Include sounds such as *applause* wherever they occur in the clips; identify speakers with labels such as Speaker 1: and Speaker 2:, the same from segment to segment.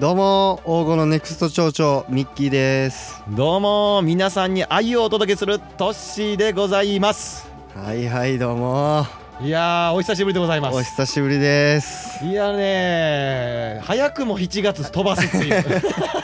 Speaker 1: どうも王語のネクスト町長ミッキーです
Speaker 2: どうも皆さんに愛をお届けするトッシーでございます
Speaker 1: はいはいどうも
Speaker 2: いやーお久しぶりでございま
Speaker 1: お
Speaker 2: す
Speaker 1: 久しぶりです
Speaker 2: いやねー早くも7月飛ばすっていう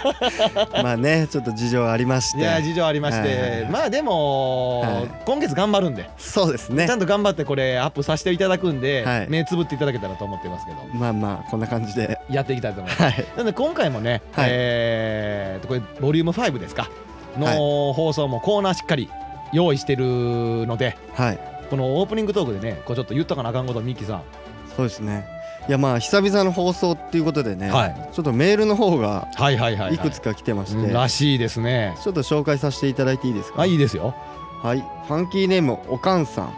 Speaker 2: *laughs*
Speaker 1: まあねちょっと事情ありまして
Speaker 2: いやー事情ありまし
Speaker 1: はいはい
Speaker 2: て
Speaker 1: はい
Speaker 2: まあでも、
Speaker 1: はい
Speaker 2: 今月頑張るんで
Speaker 1: そうですね
Speaker 2: ちゃんと頑張ってこれアップさせていただくんで、
Speaker 1: はい
Speaker 2: 目つぶっていただけたらと思ってますけど
Speaker 1: まあまあこんな感じで
Speaker 2: やっていきたいと思います
Speaker 1: はい
Speaker 2: なので今回もね、
Speaker 1: はい
Speaker 2: えーとこれボリューム5ですか
Speaker 1: はい
Speaker 2: の放送もコーナーしっかり用意してるので、
Speaker 1: はい
Speaker 2: このオープニングトークでねこうちょっと言ったかなあかんことミッキーさん
Speaker 1: そうですねいやまあ久々の放送っていうことでね、
Speaker 2: はい
Speaker 1: ちょっとメールの方が
Speaker 2: はいはいはいはい
Speaker 1: いくつか来てまして、
Speaker 2: うんらしいですね
Speaker 1: ちょっと紹介させていただいていいですか
Speaker 2: あいいですよ
Speaker 1: はいファンキーネームおかんさん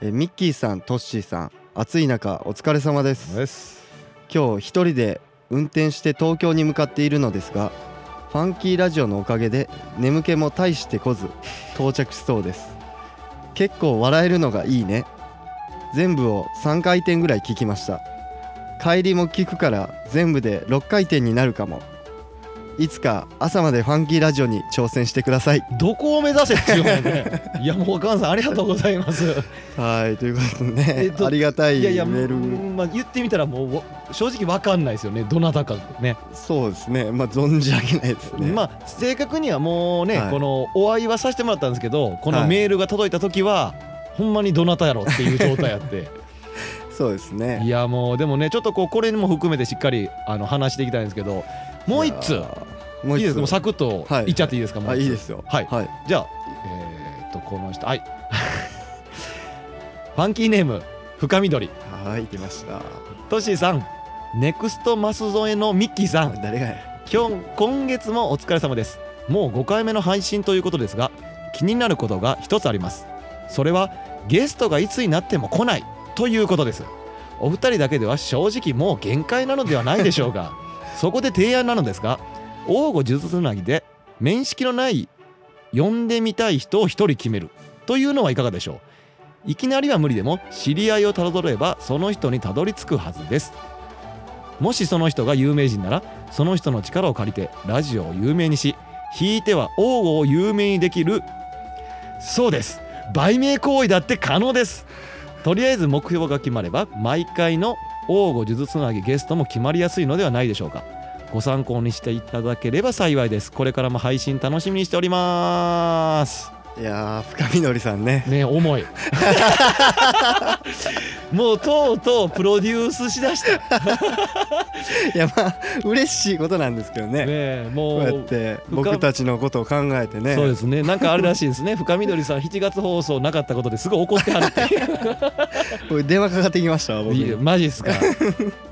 Speaker 1: えミッキーさんトッシーさん暑い中お疲れ様です
Speaker 2: です
Speaker 1: 今日一人で運転して東京に向かっているのですがファンキーラジオのおかげで眠気も大してこず到着しそうです結構笑えるのがいいね全部を3回転ぐらい聞きました帰りも聞くから全部で6回転になるかもいつか朝までファンキーラジオに挑戦してください
Speaker 2: どこを目指せっていう
Speaker 1: *laughs*
Speaker 2: のねいやもうお母さんありがとうございます
Speaker 1: はいということでね、
Speaker 2: えっと
Speaker 1: ありがたい
Speaker 2: い
Speaker 1: メ
Speaker 2: やいや、
Speaker 1: ール
Speaker 2: まあ、言ってみたらもうわ正直わかんないですよねどなたかね
Speaker 1: そうですねまあ存じ上げないですね、
Speaker 2: まあ正確にはもうね、
Speaker 1: はい
Speaker 2: このお会いはさせてもらったんですけどこのメールが届いた時は、ほんまにどなたやろっていう状態やって
Speaker 1: *laughs* そうですね
Speaker 2: いやもうでもねちょっとこうこれも含めてしっかりあの話していきたいんですけどもう一
Speaker 1: い
Speaker 2: 通
Speaker 1: やーもう
Speaker 2: いいで
Speaker 1: 一
Speaker 2: す
Speaker 1: つ
Speaker 2: もうサクッと
Speaker 1: はい
Speaker 2: いっちゃっていいですか、もう
Speaker 1: あ
Speaker 2: 一
Speaker 1: い
Speaker 2: 通
Speaker 1: いですよ
Speaker 2: はい
Speaker 1: はい
Speaker 2: じゃあえーっとこの人はい *laughs* ファンキーネーム深緑
Speaker 1: はい来ました
Speaker 2: トッシーさんネクストマス添えのミッキーさん
Speaker 1: 誰がや
Speaker 2: 今日今月もお疲れ様ですもう5回目の配信ということですが気になることが一つありますそれはゲストがいつになっても来ないということですお二人だけでは正直もう限界なのではないでしょうかそこで提案なのですが王吾術つなぎで面識のない呼んでみたい人を一人決めるというのはいかがでしょういきなりは無理でも知り合いをたどればその人にたどり着くはずですもしその人が有名人ならその人の力を借りてラジオを有名にしひいては王語を有名にできるそうです売名行為だって可能ですとりあえず目標が決まれば毎回の王語術つなぎゲストも決まりやすいのではないでしょうかご参考にしていただければ幸いですこれからも配信楽しみにしております
Speaker 1: いやー深みのりさん *laughs* ね
Speaker 2: ね重い *laughs* もうとうとうプロデュースしだしたね
Speaker 1: いやまあ嬉しいことなんですけどね
Speaker 2: え
Speaker 1: こ
Speaker 2: も
Speaker 1: うやっ
Speaker 2: う
Speaker 1: て
Speaker 2: 深
Speaker 1: 僕たちのことを考えてね
Speaker 2: そうですね。なんかあるらしいです
Speaker 1: *laughs*
Speaker 2: ね。深緑さん7月放送なかったことですごい怒ってはるって。
Speaker 1: これ電話かかってきました僕
Speaker 2: いや
Speaker 1: に
Speaker 2: マジ
Speaker 1: *laughs*
Speaker 2: っすか。い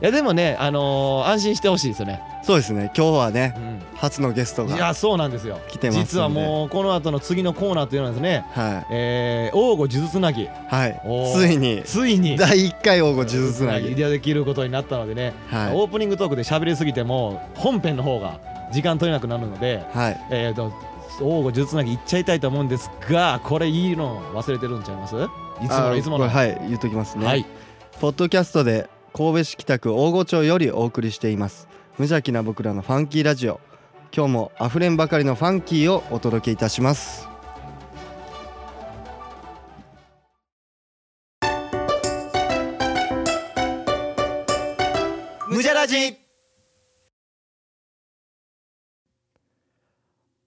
Speaker 2: やでもね、あのー安心してほしいですよね。
Speaker 1: そうですね今日はね
Speaker 2: う
Speaker 1: 初のゲスト
Speaker 2: ん、い
Speaker 1: が
Speaker 2: やそうなんですよ。
Speaker 1: 来てますんで
Speaker 2: 実はもうこの後の次のコーナーというのはですね、
Speaker 1: は
Speaker 2: えー、王語呪術なぎ
Speaker 1: いはい
Speaker 2: おー
Speaker 1: ついに
Speaker 2: つい
Speaker 1: *laughs*
Speaker 2: に
Speaker 1: 第1回王語呪術つな
Speaker 2: 呪
Speaker 1: ぎ
Speaker 2: 術できることになったのでね、
Speaker 1: はい
Speaker 2: オープニングトークで喋りすぎても本編の方が時間取れなくなるので、
Speaker 1: はい
Speaker 2: えーと。王語呪術なぎいっちゃいたいと思うんですがこれいいの忘れてるんちゃいますいつも
Speaker 1: あ
Speaker 2: の
Speaker 1: ー
Speaker 2: いつも
Speaker 1: こ
Speaker 2: の
Speaker 1: れはい言っときますね
Speaker 2: はい
Speaker 1: ポッドキャストで神戸市北区大御町よりお送りしています無邪気な僕らのファンキーラジオ今日もあふれんばかりのファンキーをお届けいたします
Speaker 2: 無邪ラジ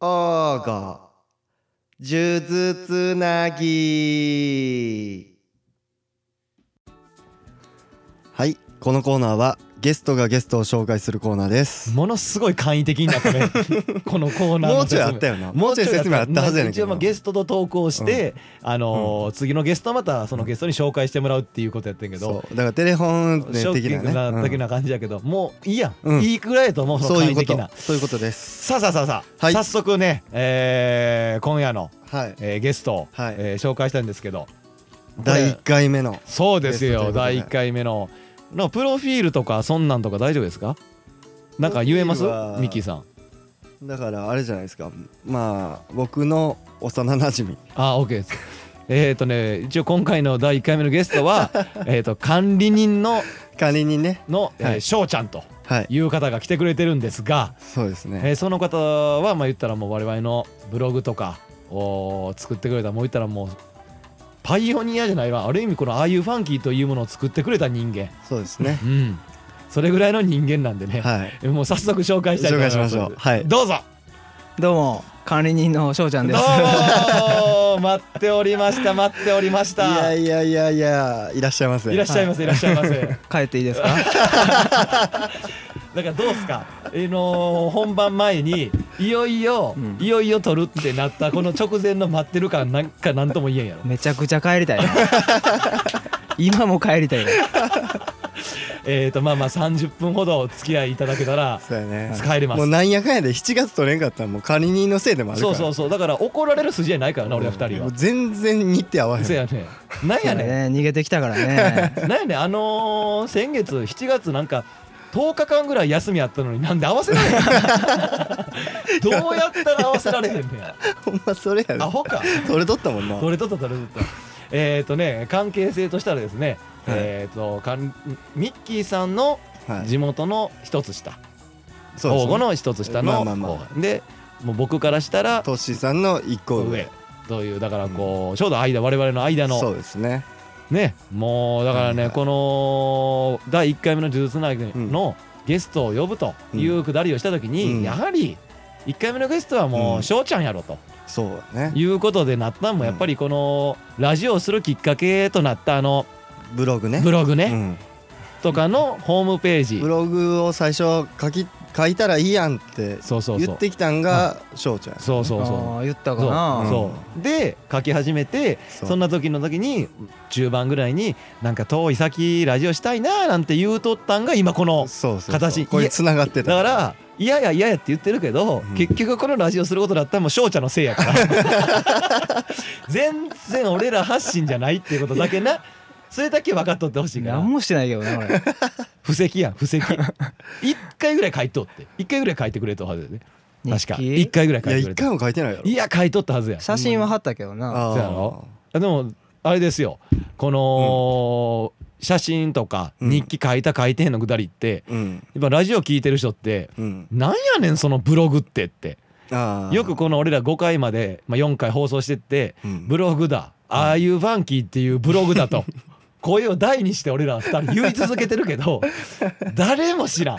Speaker 1: おーご数珠つなぎはいこのコーナーはゲストがゲストを紹介するコーナーです
Speaker 2: ものすごい簡易的になっ
Speaker 1: *laughs*
Speaker 2: たねこのコーナーの
Speaker 1: もうちょい
Speaker 2: 説
Speaker 1: あ
Speaker 2: 明
Speaker 1: ったよなもうちょい説明あったはずやねんけ
Speaker 2: 一応
Speaker 1: ど
Speaker 2: まあ
Speaker 1: な
Speaker 2: ゲストと投稿して、あのー次のゲストはまたそのゲストに紹介してもらうっていうことやってんけど
Speaker 1: そうだからテレフォン
Speaker 2: シ
Speaker 1: ね
Speaker 2: ョッ
Speaker 1: 的
Speaker 2: キ
Speaker 1: な
Speaker 2: ング
Speaker 1: ね
Speaker 2: なだけ
Speaker 1: うん
Speaker 2: な感じやけど、もういいやん、
Speaker 1: うん
Speaker 2: いいくらいやと思うその
Speaker 1: そういう
Speaker 2: 簡易
Speaker 1: こ
Speaker 2: 的
Speaker 1: と
Speaker 2: な
Speaker 1: そういうことです
Speaker 2: さあさあさあさあ、
Speaker 1: はい
Speaker 2: 早速ね、えー今夜の、
Speaker 1: はい
Speaker 2: えーゲストを、
Speaker 1: はい
Speaker 2: えー紹介したんですけどこれ
Speaker 1: 第1回目の
Speaker 2: そうです
Speaker 1: ゲストとい
Speaker 2: よ
Speaker 1: うことで
Speaker 2: 第1回目ののプロフィールとかそんなんとか大丈夫ですかなんか言えます
Speaker 1: プロフィールは
Speaker 2: ミッキーさん
Speaker 1: だからあれじゃないですかまあ僕の幼なじみ
Speaker 2: あ、オッケーです。えっ、ー、とね、一応今回の第1回目のゲス
Speaker 1: *laughs*
Speaker 2: トは、えっと管理人の
Speaker 1: 仮にね
Speaker 2: の、えー
Speaker 1: はい
Speaker 2: 翔ちゃんと
Speaker 1: はい
Speaker 2: いう方が来てくれてるんですが、
Speaker 1: そうですね
Speaker 2: えーその方はまあ言ったらもう我々のブログとかを作ってくれたもう言ったらもうパイオニアじゃないわある意味このああいうファンキーというものを作ってくれた人間、
Speaker 1: そうですね
Speaker 2: うん、それぐらいの人間なんで *laughs* ね、
Speaker 1: はい
Speaker 2: もう早速紹介したいと思います
Speaker 1: 紹介しましょうはい
Speaker 2: どうぞ
Speaker 3: どうも管理人の翔ちゃん
Speaker 2: ど
Speaker 3: で
Speaker 2: う
Speaker 3: す。
Speaker 2: も待っておりました待っておりまし
Speaker 1: い
Speaker 2: た
Speaker 1: やいやいやいやいらっしゃいませ
Speaker 2: いらっしゃいませ、い、らっしゃいませ。
Speaker 3: 帰っていいですか？
Speaker 2: だからどうですか、あのー本番前にいよいよ、
Speaker 3: うん
Speaker 2: いよいよ撮るってなったこの直前の待ってる感なんかなんとも言えんやろ。
Speaker 3: めちゃくちゃ帰り
Speaker 2: *laughs*
Speaker 3: たいな。今も帰りたいな。
Speaker 2: えっとまあまあ30分ほどお付き合いいただけたら
Speaker 1: そうやね
Speaker 2: 使えれま
Speaker 1: もう
Speaker 2: す。
Speaker 1: なんやかんやで7月取れんかったらもう管理人のせいでもあるか
Speaker 2: そ
Speaker 1: ら
Speaker 2: うそうそうだから怒られる筋合いないからな俺ら二人
Speaker 1: も
Speaker 2: は
Speaker 1: う。全然日程合わへ
Speaker 2: そうんやね。なんやね。
Speaker 3: そうだ逃げてきたからね。
Speaker 2: なんやねあのー先月7月なんか。10日間ぐらい休みあったのになんで合わせられへん *laughs* どうやったら合わせられへんねん
Speaker 1: ほんまそれや
Speaker 2: ア
Speaker 1: ろ
Speaker 2: ホか
Speaker 1: それ取ったもんな
Speaker 2: どれとったどれとったえっとね関係性としたらですね、
Speaker 1: はい
Speaker 2: えっ、とかんミッキーさんの
Speaker 1: はい
Speaker 2: 地元の一つ下
Speaker 1: そうで
Speaker 2: 王
Speaker 1: す
Speaker 2: 吾、
Speaker 1: ね
Speaker 2: の一つ下の、
Speaker 1: まあまあま
Speaker 2: でもう僕からしたら
Speaker 1: トッシーさんの1個上
Speaker 2: 上というだからこう、ちょうど間我々の間
Speaker 1: そう
Speaker 2: の
Speaker 1: ですね
Speaker 2: ねもうだからね、
Speaker 1: はいはい
Speaker 2: この第1回目の「呪術つなぎ」のゲストを呼ぶというくだりをした時に、
Speaker 1: うん
Speaker 2: やはり1回目のゲストはも
Speaker 1: う
Speaker 2: うん翔ちゃんやろと。
Speaker 1: そうだね
Speaker 2: いうことでなったんもやっぱりこのラジオをするきっかけとなったあの
Speaker 1: ブログね
Speaker 2: ブログ
Speaker 1: う
Speaker 2: ね
Speaker 1: ん
Speaker 2: とかのホームページ
Speaker 1: ブログを最初書き書いたらいいやんって
Speaker 2: そうそう
Speaker 1: 言
Speaker 2: そう
Speaker 1: ってきたんが翔ちゃん
Speaker 2: そうそう
Speaker 3: あ
Speaker 2: そう
Speaker 3: ー言ったか
Speaker 2: そう
Speaker 3: な。
Speaker 2: そうで書き始めて
Speaker 1: そ
Speaker 2: そん
Speaker 1: な
Speaker 2: な時の時に中盤ぐらいになんか遠い先ラジオしたいなーなんて言うとったんが今この
Speaker 1: そうそうそう
Speaker 2: 形
Speaker 1: これ繋がって
Speaker 2: だ
Speaker 1: た
Speaker 2: からいやいやいややって言ってるけど
Speaker 1: うん
Speaker 2: 結局このラジオすることだったらもう翔ちゃんのせいやから
Speaker 1: *laughs*
Speaker 2: 全然俺ら発信じゃないっていうことだけなそれだけ分かっとってほしいから
Speaker 3: 何もしてないけどね
Speaker 2: *laughs*
Speaker 3: 俺。
Speaker 2: 布石やん布石一回ぐらい書いとって一回ぐらい書いてくれたはずやで確か
Speaker 3: 日記
Speaker 2: 一回ぐらい書
Speaker 1: いや
Speaker 2: いてく
Speaker 1: 一
Speaker 2: れた
Speaker 1: 回も書いてないやろ
Speaker 2: いや書いとったはずや
Speaker 3: 写真は貼ったけどな。
Speaker 1: あー
Speaker 2: そうやろでもあれですよこの、写真とか
Speaker 1: うん
Speaker 2: 日記書いた書いてへんのくだりって、
Speaker 1: うん
Speaker 2: やっぱラジオ聞いてる人って
Speaker 1: うん
Speaker 2: なんやねんそのブログってって
Speaker 1: あー
Speaker 2: よくこの俺ら5回まで、まあ、4回放送してって
Speaker 1: うん
Speaker 2: ブログだああいうファンキーっていうブログだと声を大にして俺ら2人言い続けてる
Speaker 1: *laughs*
Speaker 2: けど誰も知らん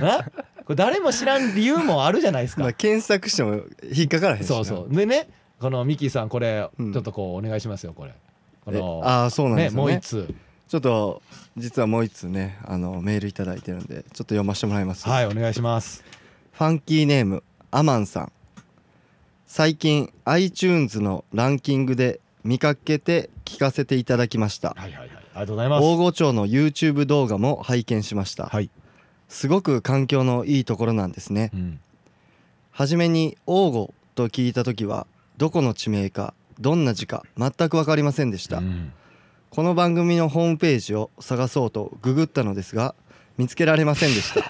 Speaker 2: なこれ誰も知らん理由もあるじゃないです
Speaker 1: ま
Speaker 2: か
Speaker 1: あ検索しても引っかからへんしな
Speaker 2: そうそうでねこのミキさんこれ
Speaker 1: うん
Speaker 2: ちょっとこうお願いしますよこれこ
Speaker 1: え
Speaker 2: の
Speaker 1: ああそうなんで
Speaker 2: ね
Speaker 1: す
Speaker 2: も
Speaker 1: よ
Speaker 2: う一
Speaker 1: ね
Speaker 2: 通
Speaker 1: ちょっと実はもう一通ねあのメールいただいてるんでちょっと読ませてもらいます
Speaker 2: はいお願いします
Speaker 1: ファンキーネームアマンさん最近 iTunes のランキングで見かけて聞かせていただきました
Speaker 2: はいはいはいありがとうございます
Speaker 1: 大御町の YouTube 動画も拝見しました、
Speaker 2: はい、
Speaker 1: すごく環境のいいところなんですね
Speaker 2: うん、
Speaker 1: 初めに「王吾」と聞いた時はどこの地名かどんな字か全く分かりませんでした、
Speaker 2: うん
Speaker 1: この番組のホームページを探そうとググったのですが見つけられませんでした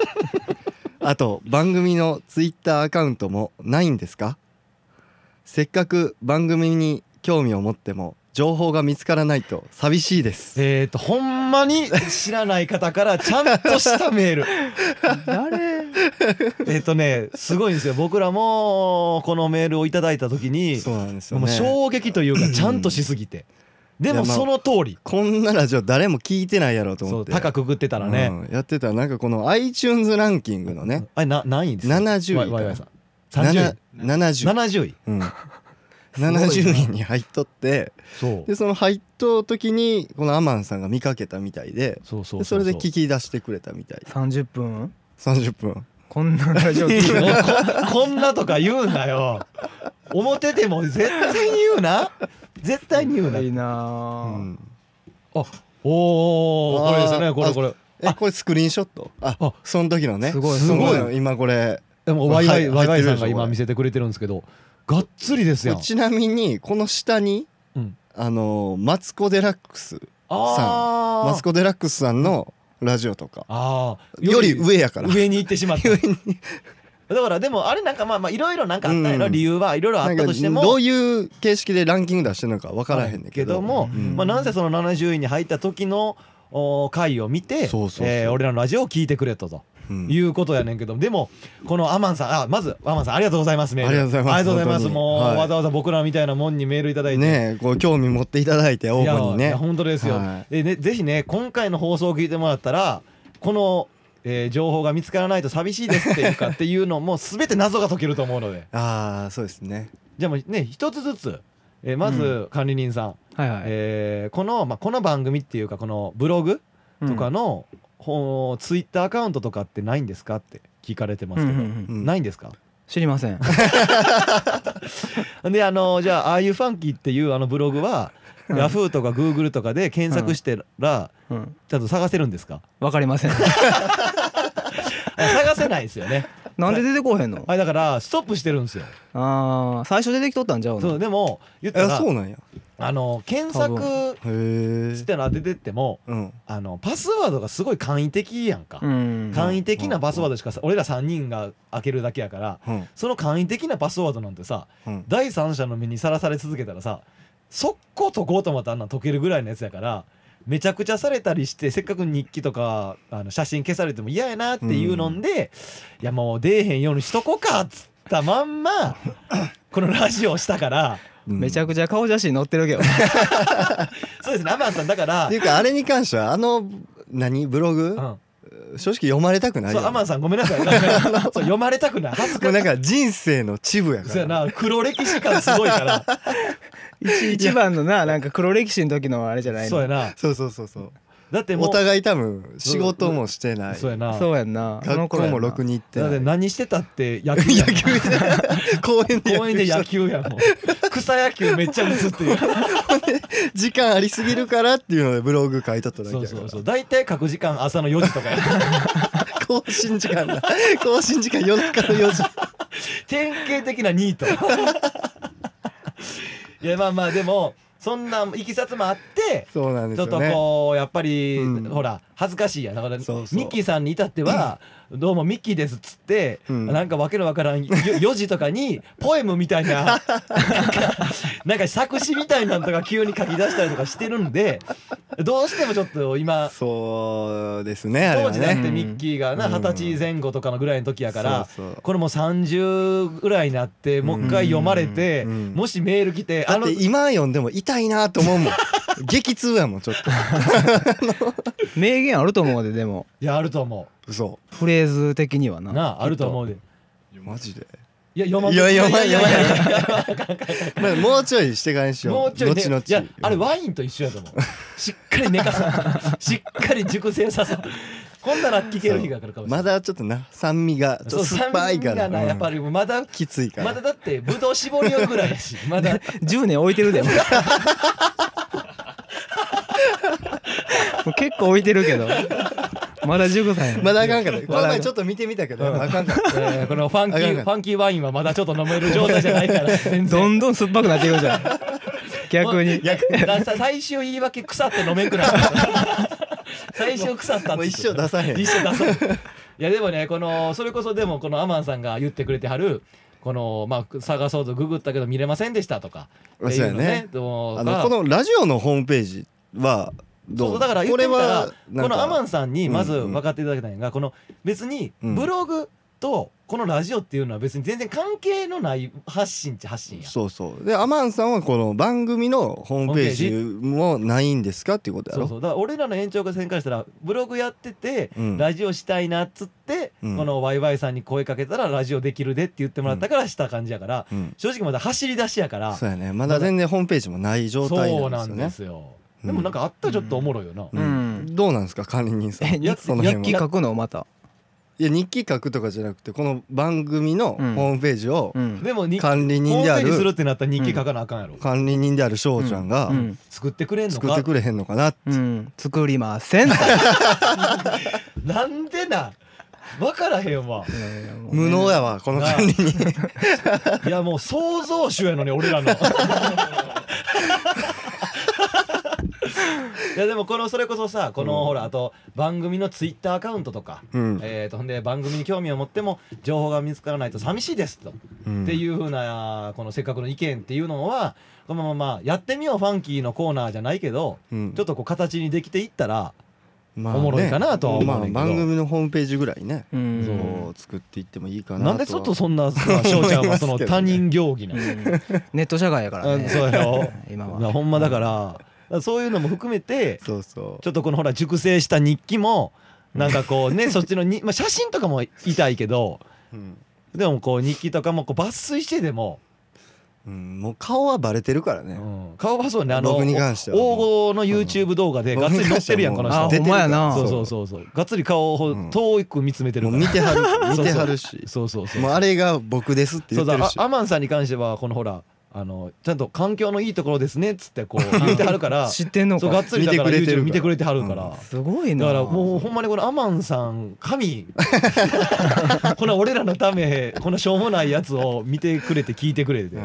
Speaker 1: あと番組のツイッターアカウントもないんですかせっかく番組に興味を持っても情報が見つからないと寂しいです
Speaker 2: えっ、とほんまに知らない方からちゃんとしたメール
Speaker 3: 誰？
Speaker 2: えっとねすごいんですよ僕らもこのメールをいただいた時に
Speaker 1: そうなんですよ
Speaker 2: もう
Speaker 1: ね
Speaker 2: 衝撃というかちゃんとしすぎてで
Speaker 1: いや
Speaker 2: も
Speaker 1: まあ
Speaker 2: その通り
Speaker 1: こんなラジオ誰も聞いてないやろうと
Speaker 2: そ
Speaker 1: 思っ
Speaker 2: う
Speaker 1: て
Speaker 2: 高くぐってたらね
Speaker 1: うんやってたらなんかこの iTunes ランキングのね
Speaker 2: あれな何位ですか
Speaker 1: 70位
Speaker 2: わわいわいさん30位
Speaker 1: 7 70
Speaker 2: 70位
Speaker 1: うん70円に入っとって
Speaker 2: そう
Speaker 1: でその入っとう時にこのアマンさんが見かけたみたいで
Speaker 2: そうそう
Speaker 1: でそれで聞き出してくれたみたい
Speaker 3: 30分
Speaker 1: 30分
Speaker 3: こんなラジオ聞いて
Speaker 2: もうこ *laughs* こんなとか言うなよ表でも絶対に言うな絶対に言うな、
Speaker 3: いいな
Speaker 1: う
Speaker 3: あ、
Speaker 1: ん
Speaker 2: おおこれですねこれこれ
Speaker 1: えこれスクリーンショットあ
Speaker 2: あ
Speaker 1: その時のね
Speaker 3: すごい
Speaker 1: その
Speaker 2: すご
Speaker 1: 今これ
Speaker 2: でもワイワイ
Speaker 1: は
Speaker 2: ワ
Speaker 1: い
Speaker 2: イワ
Speaker 1: 入っ
Speaker 2: イ
Speaker 1: てるで
Speaker 2: さん
Speaker 1: しょ
Speaker 2: が今見せてくれてるんですけどがっつりですやん
Speaker 1: ちなみにこの下に、
Speaker 2: うん
Speaker 1: あのマツコ・デラックスマ
Speaker 2: あ
Speaker 1: ツコ・デラックスさんのラジオとか
Speaker 2: あー
Speaker 1: より上やから
Speaker 2: 上に行ってしま
Speaker 1: *laughs*
Speaker 2: っただからでもあれなんかまあまあいろいろなんかあったやろ、
Speaker 1: うん
Speaker 2: 理由はいろいろあ
Speaker 1: な
Speaker 2: っ
Speaker 1: ん
Speaker 2: た
Speaker 1: か
Speaker 2: としても
Speaker 1: どういう形式でランキング出してるのか分からへんねんけ
Speaker 2: け
Speaker 1: ど,、
Speaker 2: ども、
Speaker 1: うん
Speaker 2: まあ、なんせその70位に入った時のお回を見
Speaker 1: そ
Speaker 2: て
Speaker 1: うそうそう
Speaker 2: えー俺らのラジオを聞いてくれたと
Speaker 1: うん
Speaker 2: いうことやねんけどでもこのアマンさんあまずアマンさんありがとうございますメール
Speaker 1: ありがとうございます
Speaker 2: ありがとうございま
Speaker 1: 本
Speaker 2: す
Speaker 1: 当に
Speaker 2: もう、
Speaker 1: はい
Speaker 2: わざわざ僕らみたいなもんにメールいただいて、
Speaker 1: ねえこう興味持っていただいて応
Speaker 2: いや
Speaker 1: 募に
Speaker 2: い
Speaker 1: ね
Speaker 2: や本当ですよ、
Speaker 1: は
Speaker 2: でねぜひね今回の放送を聞いてもらったらこの、えー情報が見つからないと寂しいですっていうかっていうの
Speaker 3: *laughs*
Speaker 2: も全て謎が解けると思うので
Speaker 1: ああそうですね
Speaker 2: じゃあもうね一つずつ、えーまず管理人さん、
Speaker 3: はいはい、
Speaker 2: えーこの、まあ、この番組っていうかこのブログ
Speaker 3: うん
Speaker 2: とかの、ほうツイッターアカウントとかってないんですかって聞かれてますけど、
Speaker 3: うんうんうん
Speaker 1: うん
Speaker 2: ないんですか
Speaker 3: 知りません
Speaker 2: であのじゃあ「ああいうファンキー」っていうあのブログ
Speaker 3: *laughs*
Speaker 2: は
Speaker 3: うん
Speaker 2: ヤフーとかグーグルとかで検索してら、
Speaker 3: うん
Speaker 2: ちゃんと探せるんですか
Speaker 3: わかり
Speaker 2: *laughs*
Speaker 3: ません
Speaker 2: あ探せないですよね
Speaker 3: なんで出てこうへんの
Speaker 2: あだからストップしてるんですよ
Speaker 3: ああ最初出てきとったんちゃうの
Speaker 2: そうでも言った
Speaker 1: あ
Speaker 2: ら
Speaker 1: そうなんやへ
Speaker 2: あの検索
Speaker 1: え
Speaker 2: しての当ててっても
Speaker 1: うん
Speaker 2: あのパスワードがすごい簡易的やんか、
Speaker 3: うん
Speaker 2: 簡易的なパスワードしかさ俺ら3人が開けるだけやから
Speaker 1: うん
Speaker 2: その簡易的なパスワードなんてさ *laughs*
Speaker 1: うん
Speaker 2: 第三者の目にさらされ続けたらさ速攻解こうと思ったらあんなん解けるぐらいのやつやからめちゃくちゃされたりしてせっかく日記とかあの写真消されても嫌やなっていうのんで、いやもう出えへんようにしとこうかっつったまんまこのラジオをしたから
Speaker 1: うん
Speaker 3: めちゃくちゃ顔写真載ってるけど
Speaker 2: *laughs* そうですねアマンさんだから
Speaker 1: ってい、うかあれに関してはあの何ブログ
Speaker 2: うん、
Speaker 1: 正直読まれたくない
Speaker 2: そうアマンさんごめんなさいそう読まれたくない恥ず
Speaker 1: も
Speaker 2: か
Speaker 1: う
Speaker 2: し
Speaker 1: ないんか人生のチブや
Speaker 2: そう
Speaker 1: か
Speaker 2: や
Speaker 1: ら
Speaker 2: な黒歴史感すごいから
Speaker 3: 一一番のななんか黒歴史の時のあれじゃないの
Speaker 2: そうやな
Speaker 1: そうそうそうそう
Speaker 2: だっても
Speaker 1: お
Speaker 2: う
Speaker 1: 互い多分仕事もしてない
Speaker 2: そうやな
Speaker 3: そうやんなあ
Speaker 1: 学
Speaker 3: の頃
Speaker 1: 校
Speaker 3: やんな
Speaker 1: もろくに行って
Speaker 2: だっ
Speaker 1: な
Speaker 2: て
Speaker 1: い
Speaker 2: 何してたって野球や
Speaker 1: *laughs*
Speaker 2: ん
Speaker 1: 公園で
Speaker 2: 公園で
Speaker 1: や
Speaker 2: 野
Speaker 1: る人
Speaker 2: 球やもん *laughs* 草野球めっちゃ打つっていう
Speaker 1: 時間ありすぎるからっていうのでブログ書いとっただけ
Speaker 2: そ
Speaker 1: や
Speaker 2: う
Speaker 1: か
Speaker 2: そうそう
Speaker 1: ら
Speaker 2: *laughs* 大体書く時間朝の4時と
Speaker 1: *laughs*
Speaker 2: かや
Speaker 1: 更新時間だ更新時間夜中の4時
Speaker 2: *laughs* 典型的なニート *laughs* いやまあまあでもそんないきさつもあって
Speaker 1: そうなんで
Speaker 2: ち
Speaker 1: す
Speaker 2: ょっと
Speaker 1: よね
Speaker 2: こうやっぱり、
Speaker 1: うん
Speaker 2: ほら恥ずかしいやんだから
Speaker 1: そうそう
Speaker 2: ミッキーさんに至っては「どうもミッキーです」っつって、
Speaker 1: うん
Speaker 2: なんかわけのわからんよ4時とかにポエムみたい
Speaker 1: *laughs*
Speaker 2: ななんかなんか作詞みたいなんとか急に書き出したりとかしてるんでどうしてもちょっと今
Speaker 1: そうですねあれ
Speaker 2: 当
Speaker 1: は
Speaker 2: 時だって
Speaker 1: ね
Speaker 2: ミッキーがな
Speaker 1: うん
Speaker 2: 二十歳前後とかのぐらいの時やから。
Speaker 1: そうそう
Speaker 2: これもう30ぐらいになってもう一回読まれて、
Speaker 1: うんうん
Speaker 2: もしメール来て
Speaker 1: だって今読んでも痛いなと思う
Speaker 2: *laughs*
Speaker 1: もん激痛やもんちょっと
Speaker 3: 名言あると思うででも
Speaker 2: いやあると思
Speaker 1: 嘘
Speaker 3: フレーズ的にはな
Speaker 2: うなああると思うで
Speaker 1: マジで
Speaker 2: いや読まん
Speaker 1: いや読まん
Speaker 2: いやいやいやいや
Speaker 1: まあもうちょいしてからにしよう
Speaker 2: もうちょい、ね、
Speaker 1: 後々
Speaker 2: いやあれワインと一緒やと思うしっかり寝
Speaker 1: *laughs*
Speaker 2: かさしっかり熟成させこんなら聞ける日が来るかもしれな
Speaker 1: ま
Speaker 2: い
Speaker 1: だちょっとな酸味がちょっと酸っぱいか
Speaker 2: そ
Speaker 1: ら
Speaker 2: う酸味がなやっぱ
Speaker 1: り
Speaker 2: りまだ
Speaker 1: きついから
Speaker 2: まだだってぶどう絞りよぐらいやしまだ
Speaker 3: 10年置いて
Speaker 2: *laughs*
Speaker 3: るでももう結構置いてるけどまだ15歳やん
Speaker 1: まだあかんか *laughs* ったこの前ちょ
Speaker 3: っ
Speaker 1: っと見てみたけど
Speaker 2: うん
Speaker 1: あかんかった
Speaker 2: えーこのファンキ
Speaker 1: あかんあか
Speaker 2: ー
Speaker 1: ん
Speaker 2: ファンキーワインはまだちょっと飲める状態じゃな
Speaker 1: *laughs*
Speaker 2: いから全
Speaker 3: ど
Speaker 2: 然
Speaker 3: んどん酸っぱくなっていくじゃん逆に
Speaker 2: ださ最終言い訳腐って飲め
Speaker 1: *laughs*
Speaker 2: んくなる最終腐ったっ
Speaker 1: も
Speaker 2: て
Speaker 1: う
Speaker 2: 言っ
Speaker 1: 一
Speaker 2: て
Speaker 1: 生出さへん
Speaker 2: 一緒だそういやでもねこのそれこそでもこのアマンさんが言ってくれてはるこのまあ探そうとググったけど見れませんでしたとか
Speaker 1: そうやね
Speaker 2: *laughs* っていうの
Speaker 1: あ
Speaker 2: ね
Speaker 1: のこのラジオのホームページはどう
Speaker 2: そうだから言
Speaker 1: こ
Speaker 2: って
Speaker 1: れ
Speaker 2: みたら
Speaker 1: は
Speaker 2: このアマ
Speaker 1: ン
Speaker 2: ンさんにまず
Speaker 1: うんうん
Speaker 2: 分かっていただきたいのがこの別に
Speaker 1: うん
Speaker 2: ブログとこのラジオっていうのは別に全然関係のない発信っちゃ発信や
Speaker 1: そうそうでアマンさんはこの番組のホームページもないんですかっていうことや
Speaker 2: そう
Speaker 1: ろ
Speaker 2: そうだから俺らの延長線からしたらブログやってて、
Speaker 1: うん
Speaker 2: ラジオしたいなっつって、
Speaker 1: うん
Speaker 2: このワイワイさんに声かけたらラジオできるでって言ってもらったからした感じやから、
Speaker 1: うん
Speaker 2: 正直まだ走り出しやから
Speaker 1: そうやねまだ全然ホームページもない状態
Speaker 2: そう
Speaker 1: な
Speaker 2: なんん
Speaker 1: で
Speaker 2: です
Speaker 1: よね
Speaker 2: すよ
Speaker 1: うん
Speaker 2: でもなんかあったらちょっとおもろいよな、
Speaker 3: う
Speaker 1: うん
Speaker 3: ん
Speaker 1: どうなんですか管理人さん
Speaker 3: え日
Speaker 1: そ
Speaker 3: 記
Speaker 1: の辺
Speaker 3: 日
Speaker 1: は
Speaker 3: 記書くのまた
Speaker 1: いや日記書くとかじゃなくてこの番組のホームページを
Speaker 3: うん
Speaker 2: でも日記
Speaker 1: 管理人
Speaker 2: ホ
Speaker 1: で
Speaker 2: ー
Speaker 1: あ
Speaker 2: ムページするっ
Speaker 1: る
Speaker 2: てなったら日記書かなあかんやろ、
Speaker 1: 管理人である翔ちゃんが
Speaker 3: うん
Speaker 2: 作ってくれんの
Speaker 1: 作って
Speaker 2: か
Speaker 1: くれへんのかなって
Speaker 3: うん作り
Speaker 1: *laughs*
Speaker 3: ませんい
Speaker 2: なんでな分からへんわ
Speaker 3: やいやもうね
Speaker 1: 無能やわこの管理人
Speaker 2: いやもう創造主やのに俺らの。いやでもこのそれこそさこのほらあと番組のツイッターアカウントとか、
Speaker 1: うん
Speaker 2: えー、とほんで番組に興味を持っても情報が見つからないと寂しいですと、
Speaker 1: うん
Speaker 2: っていうふうなこのせっかくの意見っていうのはこのままやってみようファンキーのコーナーじゃないけど、
Speaker 1: うん
Speaker 2: ちょっとこう形にできていったら
Speaker 1: まあね
Speaker 2: おもろいかなとは思うねんけど
Speaker 1: まあ番組のホームページぐらいね
Speaker 3: う
Speaker 1: そ
Speaker 3: ん
Speaker 1: う作っていってもいいかな
Speaker 2: なんでちょっと
Speaker 1: そ
Speaker 2: そんなさ翔ちゃんはその
Speaker 1: 思いますけどね
Speaker 2: 他人行儀な
Speaker 3: う
Speaker 2: の
Speaker 3: んネット社会やから
Speaker 2: う
Speaker 3: ね
Speaker 2: んそうやろ
Speaker 3: 今
Speaker 2: な
Speaker 3: は
Speaker 2: ほんまだからだからそういうのも含めて
Speaker 1: うそ
Speaker 2: ちょっとこのほら熟成した日記もなんかこうね *laughs* そっちのに、まあ、写真とかも痛いけど
Speaker 1: ううん
Speaker 2: でもこう日記とかもこう抜粋してでも、
Speaker 1: うんもう顔はバレてるからね
Speaker 2: うん顔はそうねあの
Speaker 1: 僕に関してはもう
Speaker 2: 黄金の YouTube 動画でがっつり載ってるやんこ
Speaker 1: 僕
Speaker 2: の
Speaker 1: に関
Speaker 3: あ
Speaker 2: 人
Speaker 1: して
Speaker 3: ほんまやな
Speaker 1: はも
Speaker 2: そうう
Speaker 1: 出てるから
Speaker 2: そうそうそうがっつり顔
Speaker 1: う
Speaker 2: を
Speaker 1: ん
Speaker 2: 遠く見つめてる
Speaker 1: もう
Speaker 2: か
Speaker 1: 見
Speaker 2: ら
Speaker 1: て
Speaker 2: *laughs*
Speaker 1: はる見てはるし
Speaker 2: そうそうそう
Speaker 1: もうあれが僕ですって言
Speaker 2: そう
Speaker 1: って
Speaker 2: だ
Speaker 1: る
Speaker 2: あ
Speaker 1: し
Speaker 2: アマンさんに関してはこのほらあのちゃんと環境のいいところですねっつってこう言っては
Speaker 1: *laughs*
Speaker 2: るから
Speaker 3: 知ってんの
Speaker 2: そうが
Speaker 3: か
Speaker 2: っつりだから
Speaker 1: 見てくれてる
Speaker 2: YouTube 見てくれてはるから、
Speaker 3: すごいな
Speaker 2: だからもうほんまにこのアマンさん神 *laughs* この俺らのためこのしょうもないやつを見てくれて聞いてくれて、
Speaker 1: いやー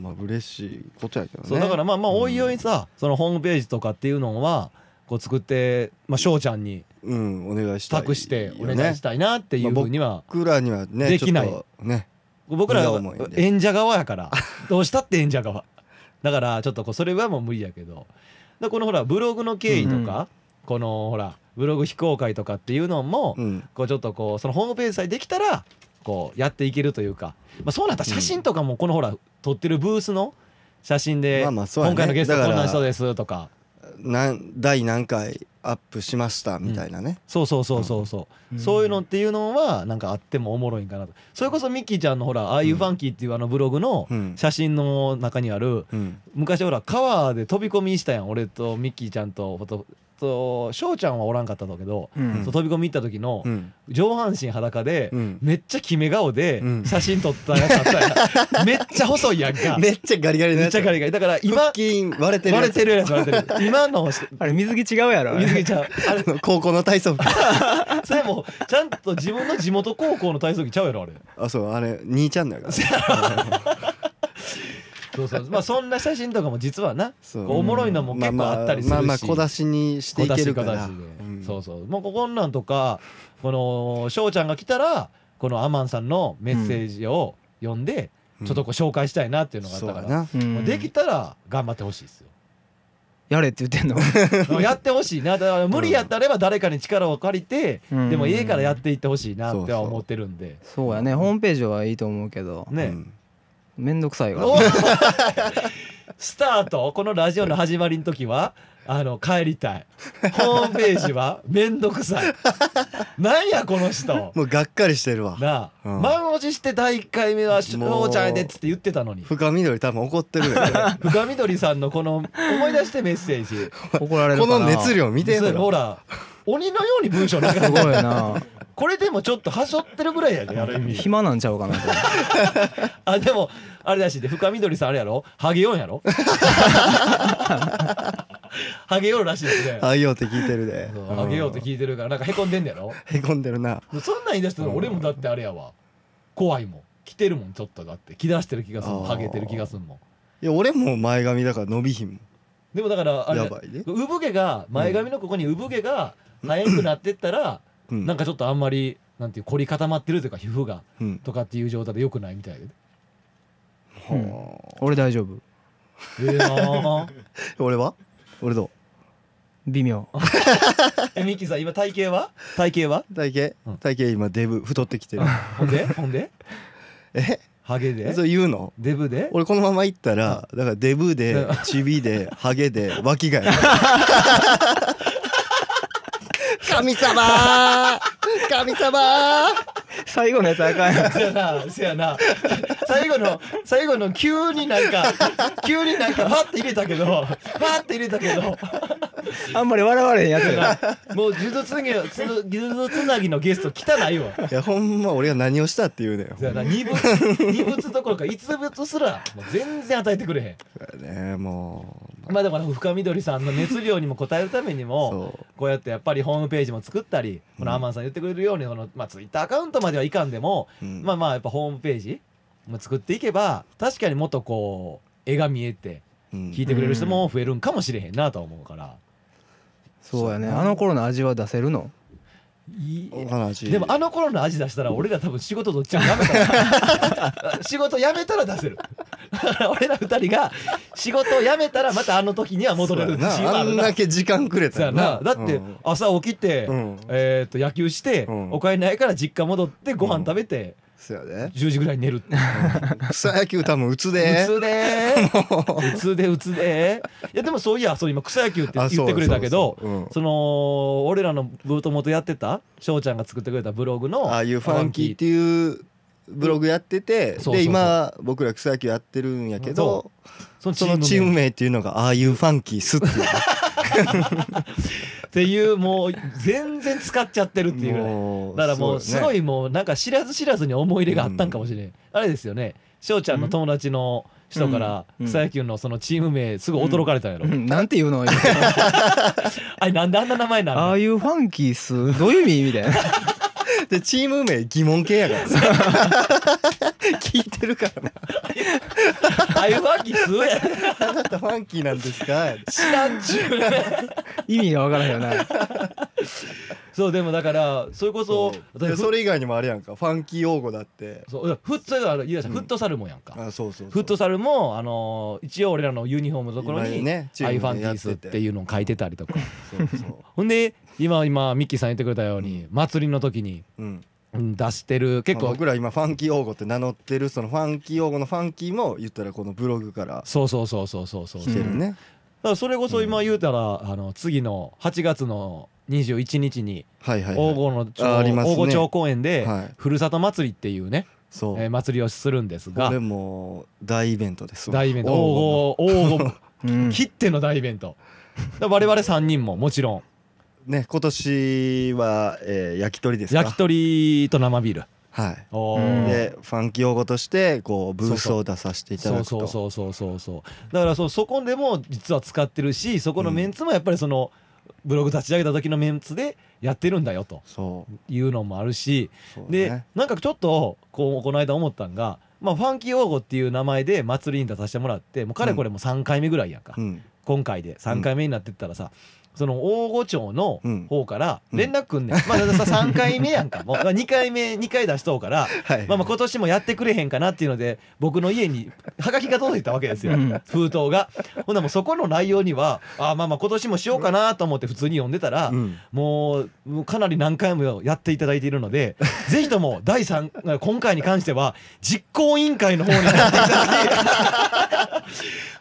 Speaker 1: まあ嬉しいことやけどね
Speaker 2: そうだからまあまあ
Speaker 1: うん
Speaker 2: おいおいさ、そのホームページとかっていうのはこう作ってまあ翔ちゃんに
Speaker 1: うんお願いしたい
Speaker 2: 託して
Speaker 1: よ
Speaker 2: お
Speaker 1: ね
Speaker 2: 願いしたいなっていうふうには、
Speaker 1: 僕らにはね
Speaker 2: できない
Speaker 1: ちょっとね
Speaker 2: 僕ら
Speaker 1: みん
Speaker 2: は
Speaker 1: な思いで
Speaker 2: 演者側やからどうしたって演者側だからちょっとこうそれはもう無理やけどだからこのほらブログの経緯とか、このほらブログ非公開とかっていうのも、
Speaker 1: うん
Speaker 2: こうちょっとこうそのホームページさえできたらこうやっていけるというか、まあ、そうなったら写真とかもこのほら撮ってるブースの写真で
Speaker 1: まあまあそうやね
Speaker 2: 今回のゲストこん
Speaker 1: だか
Speaker 2: な
Speaker 1: ら
Speaker 2: 人ですとか
Speaker 1: なん第何回アップしましたみたいなね
Speaker 2: そうそうそうそうそう、
Speaker 3: うん
Speaker 2: そういうのっていうのはなんかあってもおもろいんかなとそれこそミッキーちゃんのほら「ああいうファンキー」っていうあのブログの
Speaker 1: うん
Speaker 2: 写真の中にある
Speaker 1: うん
Speaker 2: 昔ほら川で飛び込みしたやん俺とミッキーちゃんとほとと翔ちゃんはおらんかったんだけど、
Speaker 3: うん
Speaker 2: そう飛び込み行った時の
Speaker 1: うん
Speaker 2: 上半身裸で、
Speaker 1: うん
Speaker 2: めっちゃキメ顔で
Speaker 1: うん
Speaker 2: 写真撮ったやつあった
Speaker 1: *laughs*
Speaker 2: やんめっちゃ細いやんか
Speaker 1: め
Speaker 2: め
Speaker 1: っちゃガリガリの
Speaker 2: っ
Speaker 1: やつ
Speaker 2: ちゃガリガリだから今
Speaker 1: 腹筋割れてる
Speaker 2: 割
Speaker 1: や
Speaker 2: れ
Speaker 1: つ
Speaker 2: てるやつ割れて
Speaker 1: *laughs*
Speaker 2: る今のし
Speaker 3: あれ水着違うやろ
Speaker 2: 水着ちゃうあれ
Speaker 1: 高校の体操服
Speaker 2: それもちゃんと自分の地元高校の体操着ちゃうやろあれ
Speaker 1: あそうあれ兄ちゃんだから
Speaker 2: *laughs* そ
Speaker 1: *laughs*
Speaker 2: うそうまあそんな写真とかも実はな
Speaker 1: そう
Speaker 2: こうおもろいのも結構あったりするし
Speaker 1: まあまあまあ小出しにしていけるから
Speaker 2: 小出し小出しで
Speaker 1: うん
Speaker 2: そうそうもうここんなんとかこの翔ちゃんが来たらこのアマンさんのメッセージを読んで、
Speaker 1: うん
Speaker 2: ちょっとこう紹介したいなっていうのがあっ
Speaker 1: そう
Speaker 2: た
Speaker 1: や
Speaker 2: から、
Speaker 1: な
Speaker 3: うん
Speaker 2: もうできたら頑張ってほしいですよ
Speaker 1: *laughs*
Speaker 3: やれって言って *laughs* んの
Speaker 2: やってほしいなだから無理やったらば誰かに力を借りて、
Speaker 3: うん
Speaker 2: でも家からやっていってほしいなっては思ってるんで
Speaker 3: そうやねホームページはいいと思うけど
Speaker 1: う
Speaker 2: ね、
Speaker 1: ん
Speaker 3: めんどくさいから
Speaker 2: おスタートこのラジオの始まりの時はあの帰りたいホームページはめんどくさいなんやこの人
Speaker 1: もうがっかりしてるわ
Speaker 2: なあ、
Speaker 1: うん
Speaker 2: 満を持して第1回目は「し
Speaker 1: も
Speaker 2: ょ
Speaker 1: う
Speaker 2: うちゃんやで」っつって言ってたのに
Speaker 1: 深緑多分怒ってるよね
Speaker 2: 深緑さんのこの思い出してメッセージ
Speaker 3: 怒られる
Speaker 1: こ
Speaker 3: かな
Speaker 1: の熱量見てん
Speaker 2: そうほ
Speaker 1: の
Speaker 2: ら鬼のように文章なんか
Speaker 3: すごい *laughs* な
Speaker 2: これでもちょっとはしょってるぐらいやである意味
Speaker 3: 暇なんちゃうかなと
Speaker 2: あでもあれだしで深緑さんあれやろハゲよん
Speaker 1: *laughs*
Speaker 2: やろハゲよんらしいですね
Speaker 1: 愛用って聞いてるで
Speaker 2: そうハゲようって聞いてるからなんかへこんでんねやろ
Speaker 1: へこんでるな
Speaker 2: そんなん言い出したら俺もだってあれやわ怖いもん来てるもんちょっとだって着出してる気がするもん
Speaker 1: あー
Speaker 2: ハゲてる気がするもん
Speaker 1: いや俺も前髪だから伸びひん
Speaker 2: でもだからあれ
Speaker 1: やばいね
Speaker 2: 産毛が前髪のここに産毛が生えんくなってったら、
Speaker 1: もん
Speaker 2: なん
Speaker 1: か
Speaker 2: かちょっとあんまりなんていう凝り固まってるというか皮膚が
Speaker 1: うん
Speaker 2: とかっていう状態でよくないみたいで
Speaker 3: うん
Speaker 1: はあ
Speaker 3: 俺大丈夫
Speaker 2: ええなあ
Speaker 1: 俺は俺ど
Speaker 3: 微妙
Speaker 2: えミッキーさん今体型は体型は
Speaker 1: 体型、
Speaker 2: うん
Speaker 1: 体型今デブ太ってきてる
Speaker 2: ほ *laughs* んでほんで
Speaker 1: え
Speaker 2: ハゲで
Speaker 1: それ言うの
Speaker 2: デブで
Speaker 1: 俺このまま行ったらだからデブで
Speaker 2: う
Speaker 1: チビでハゲで脇がや神様神様
Speaker 3: *laughs* 最後のやつあかん *laughs* や
Speaker 2: *laughs*
Speaker 3: ん
Speaker 2: せやなせやな最後の最後の急になんか急になんかパッて入れたけどパッて入れたけど
Speaker 3: あんまり笑われへんやつや
Speaker 2: もう呪術つなぎのつ呪術つなぎのゲスト来たないわ
Speaker 1: いやほんま俺が何をしたって言うねん
Speaker 2: せやな二物二物どころか一物すらもう全然与えてくれへん
Speaker 1: ねも
Speaker 2: まあだから深緑さんの熱量にも応えるために
Speaker 1: う
Speaker 2: も
Speaker 1: そ
Speaker 2: こうやってやっぱりホームページも作ったりこのアマンさん言ってくれるようにその、まあ、ツイッターアカウントまではいかんでも、
Speaker 1: う、うん
Speaker 2: まあまあやっぱホームページも作っていけば確かにもっとこう絵が見えて
Speaker 1: うん
Speaker 2: 聞いてくれる人も増えるんかもしれへんなとは思うから、
Speaker 3: そうやねあの頃の味は出せるの
Speaker 2: いい
Speaker 1: お話
Speaker 2: でもあの頃の味出したら俺ら多分仕事どっちも辞めた
Speaker 1: *laughs*
Speaker 2: ら仕事辞めたら出せるだから俺ら二人が仕事を辞めたらまたあの時には戻れる
Speaker 1: そうや
Speaker 2: 自信は
Speaker 1: な
Speaker 2: あ
Speaker 1: あ
Speaker 2: る
Speaker 1: ん
Speaker 2: な
Speaker 1: だけ時間くれ
Speaker 2: そう
Speaker 1: た
Speaker 2: や
Speaker 1: よ
Speaker 2: なだって
Speaker 1: うん
Speaker 2: 朝起きて、
Speaker 1: うん
Speaker 2: えー、と野球して、
Speaker 1: うん
Speaker 2: お金ないから実家戻ってご飯食べて、
Speaker 1: そうやで
Speaker 2: 10時ぐらいに寝るって
Speaker 1: 草野球多分打つで
Speaker 2: うつでーうつでうつでーいやでもそういやそう今草野球って
Speaker 1: あ
Speaker 2: 言
Speaker 1: そ
Speaker 2: っ
Speaker 1: う
Speaker 2: てくれたけど
Speaker 1: そうそううん
Speaker 2: その俺らのブート元やってた翔ちゃんが作ってくれたブログの
Speaker 1: *laughs* ああいうファンキーっていうブログやってて、
Speaker 2: そうそうそう
Speaker 1: で今僕ら草野球やってるんやけど
Speaker 2: そ、そのチ
Speaker 1: そ
Speaker 2: ーム
Speaker 1: のチーム
Speaker 2: 名
Speaker 1: 名っていうのがああいうファンキースってい
Speaker 2: っていうもう全然使っちゃってるっていう
Speaker 1: う
Speaker 2: ぐら
Speaker 1: も
Speaker 2: いだからもうすご
Speaker 1: い
Speaker 2: いもうなんか知らず知らずに思い入れがあったんかもしれん、あれですよね翔ちゃんの友達の人から
Speaker 3: うん
Speaker 2: 草野球のそのチーム名すごい驚かれたんやろ、
Speaker 3: うんなんて言う *laughs* の今
Speaker 2: あれなんであんな名前な
Speaker 3: ああ
Speaker 2: の
Speaker 3: いうファンキースどういう意味みたいな
Speaker 1: でチーム名疑問系やから
Speaker 2: *laughs*
Speaker 1: 聞いてるからな
Speaker 2: ああいうわけすごいや
Speaker 1: あなたファンキーなんですか
Speaker 2: 知らんちゅうね
Speaker 3: *laughs* 意味がわからへんよな
Speaker 2: そうでもだからそれこそ
Speaker 1: で
Speaker 2: 私
Speaker 1: それ以外にもあれやんかファンキー用語だって
Speaker 2: そういやフットサル言うたらフットサルもやんか、
Speaker 1: あそうそうそう
Speaker 2: フットサルもあのー一応俺らのユニフォームのところに
Speaker 1: 今ねチ
Speaker 2: アイ
Speaker 1: ー
Speaker 2: ファン
Speaker 1: ム
Speaker 2: キ
Speaker 1: でやっ
Speaker 2: ー
Speaker 1: て
Speaker 2: ス
Speaker 1: て
Speaker 2: っていうのを書いてたりとか
Speaker 1: そうそ
Speaker 2: ほんで今今ミッキーさん言ってくれたように、祭りの時に、
Speaker 1: う、
Speaker 2: *laughs*
Speaker 1: うん、
Speaker 2: うん、出してる結
Speaker 1: 結構
Speaker 2: 構
Speaker 1: 僕ら今ファンキー用語って名乗ってるそのファンキー用語のファンキーも言ったらこのブログから
Speaker 2: そうそうそうそうそうそう、
Speaker 1: 来て
Speaker 2: だか
Speaker 1: るね、
Speaker 2: らそれこそ今言うたら、あの次の8月の21日に
Speaker 1: はいはい、
Speaker 2: 大
Speaker 1: は
Speaker 2: 郷の町、
Speaker 1: あありますね
Speaker 2: 大郷町公園
Speaker 1: い、
Speaker 2: で、
Speaker 1: はい、
Speaker 2: ふるさと祭りっていうね、
Speaker 1: そう、
Speaker 2: えー祭りをするんです
Speaker 1: こ
Speaker 2: が
Speaker 1: れもう大イベントです
Speaker 2: 大イベント
Speaker 1: おう
Speaker 2: 大郷大郷
Speaker 3: うん
Speaker 2: 切っての大イベントだから我々3人ももちろん
Speaker 1: ね今年は、えー焼き鳥ですか
Speaker 2: 焼き鳥と生ビール
Speaker 1: はい
Speaker 2: お
Speaker 3: うん
Speaker 2: ー
Speaker 1: でファンキー用語としてこうブースを出させていただ
Speaker 2: そう
Speaker 1: くと
Speaker 2: そうそうそうそうそうだからそうそこでも実は使ってるしそこのメンツもやっぱりそのブログ立ち上げた時のメンツでやってるんだよと
Speaker 1: そう
Speaker 2: いうのもあるし
Speaker 1: そう
Speaker 2: で、
Speaker 1: ね
Speaker 2: なんかちょっとこうこの間思ったんが、まあ、ファンキー王子っていう名前で祭りに出させてもらってもうかれこれもう3回目ぐらいやんか、
Speaker 1: うん
Speaker 2: 今回で3回目になってったらさ、その大御町の
Speaker 1: うん
Speaker 2: 方から連絡くんねん、まあだからさ3回目やんかもう2回目2回出しとうから
Speaker 1: はい
Speaker 2: まあまあ今年もやってくれへんかなっていうので僕の家にはがきが届いたわけですよ
Speaker 3: うん
Speaker 2: 封筒がほんならもうそこの内容にはあーまあまあ今年もしようかなと思って普通に読んでたら、
Speaker 1: うん
Speaker 2: もうもうかなり何回もやっていただいているので *laughs* ぜひとも第三今回に関しては実行委員会の方になって *laughs* いただき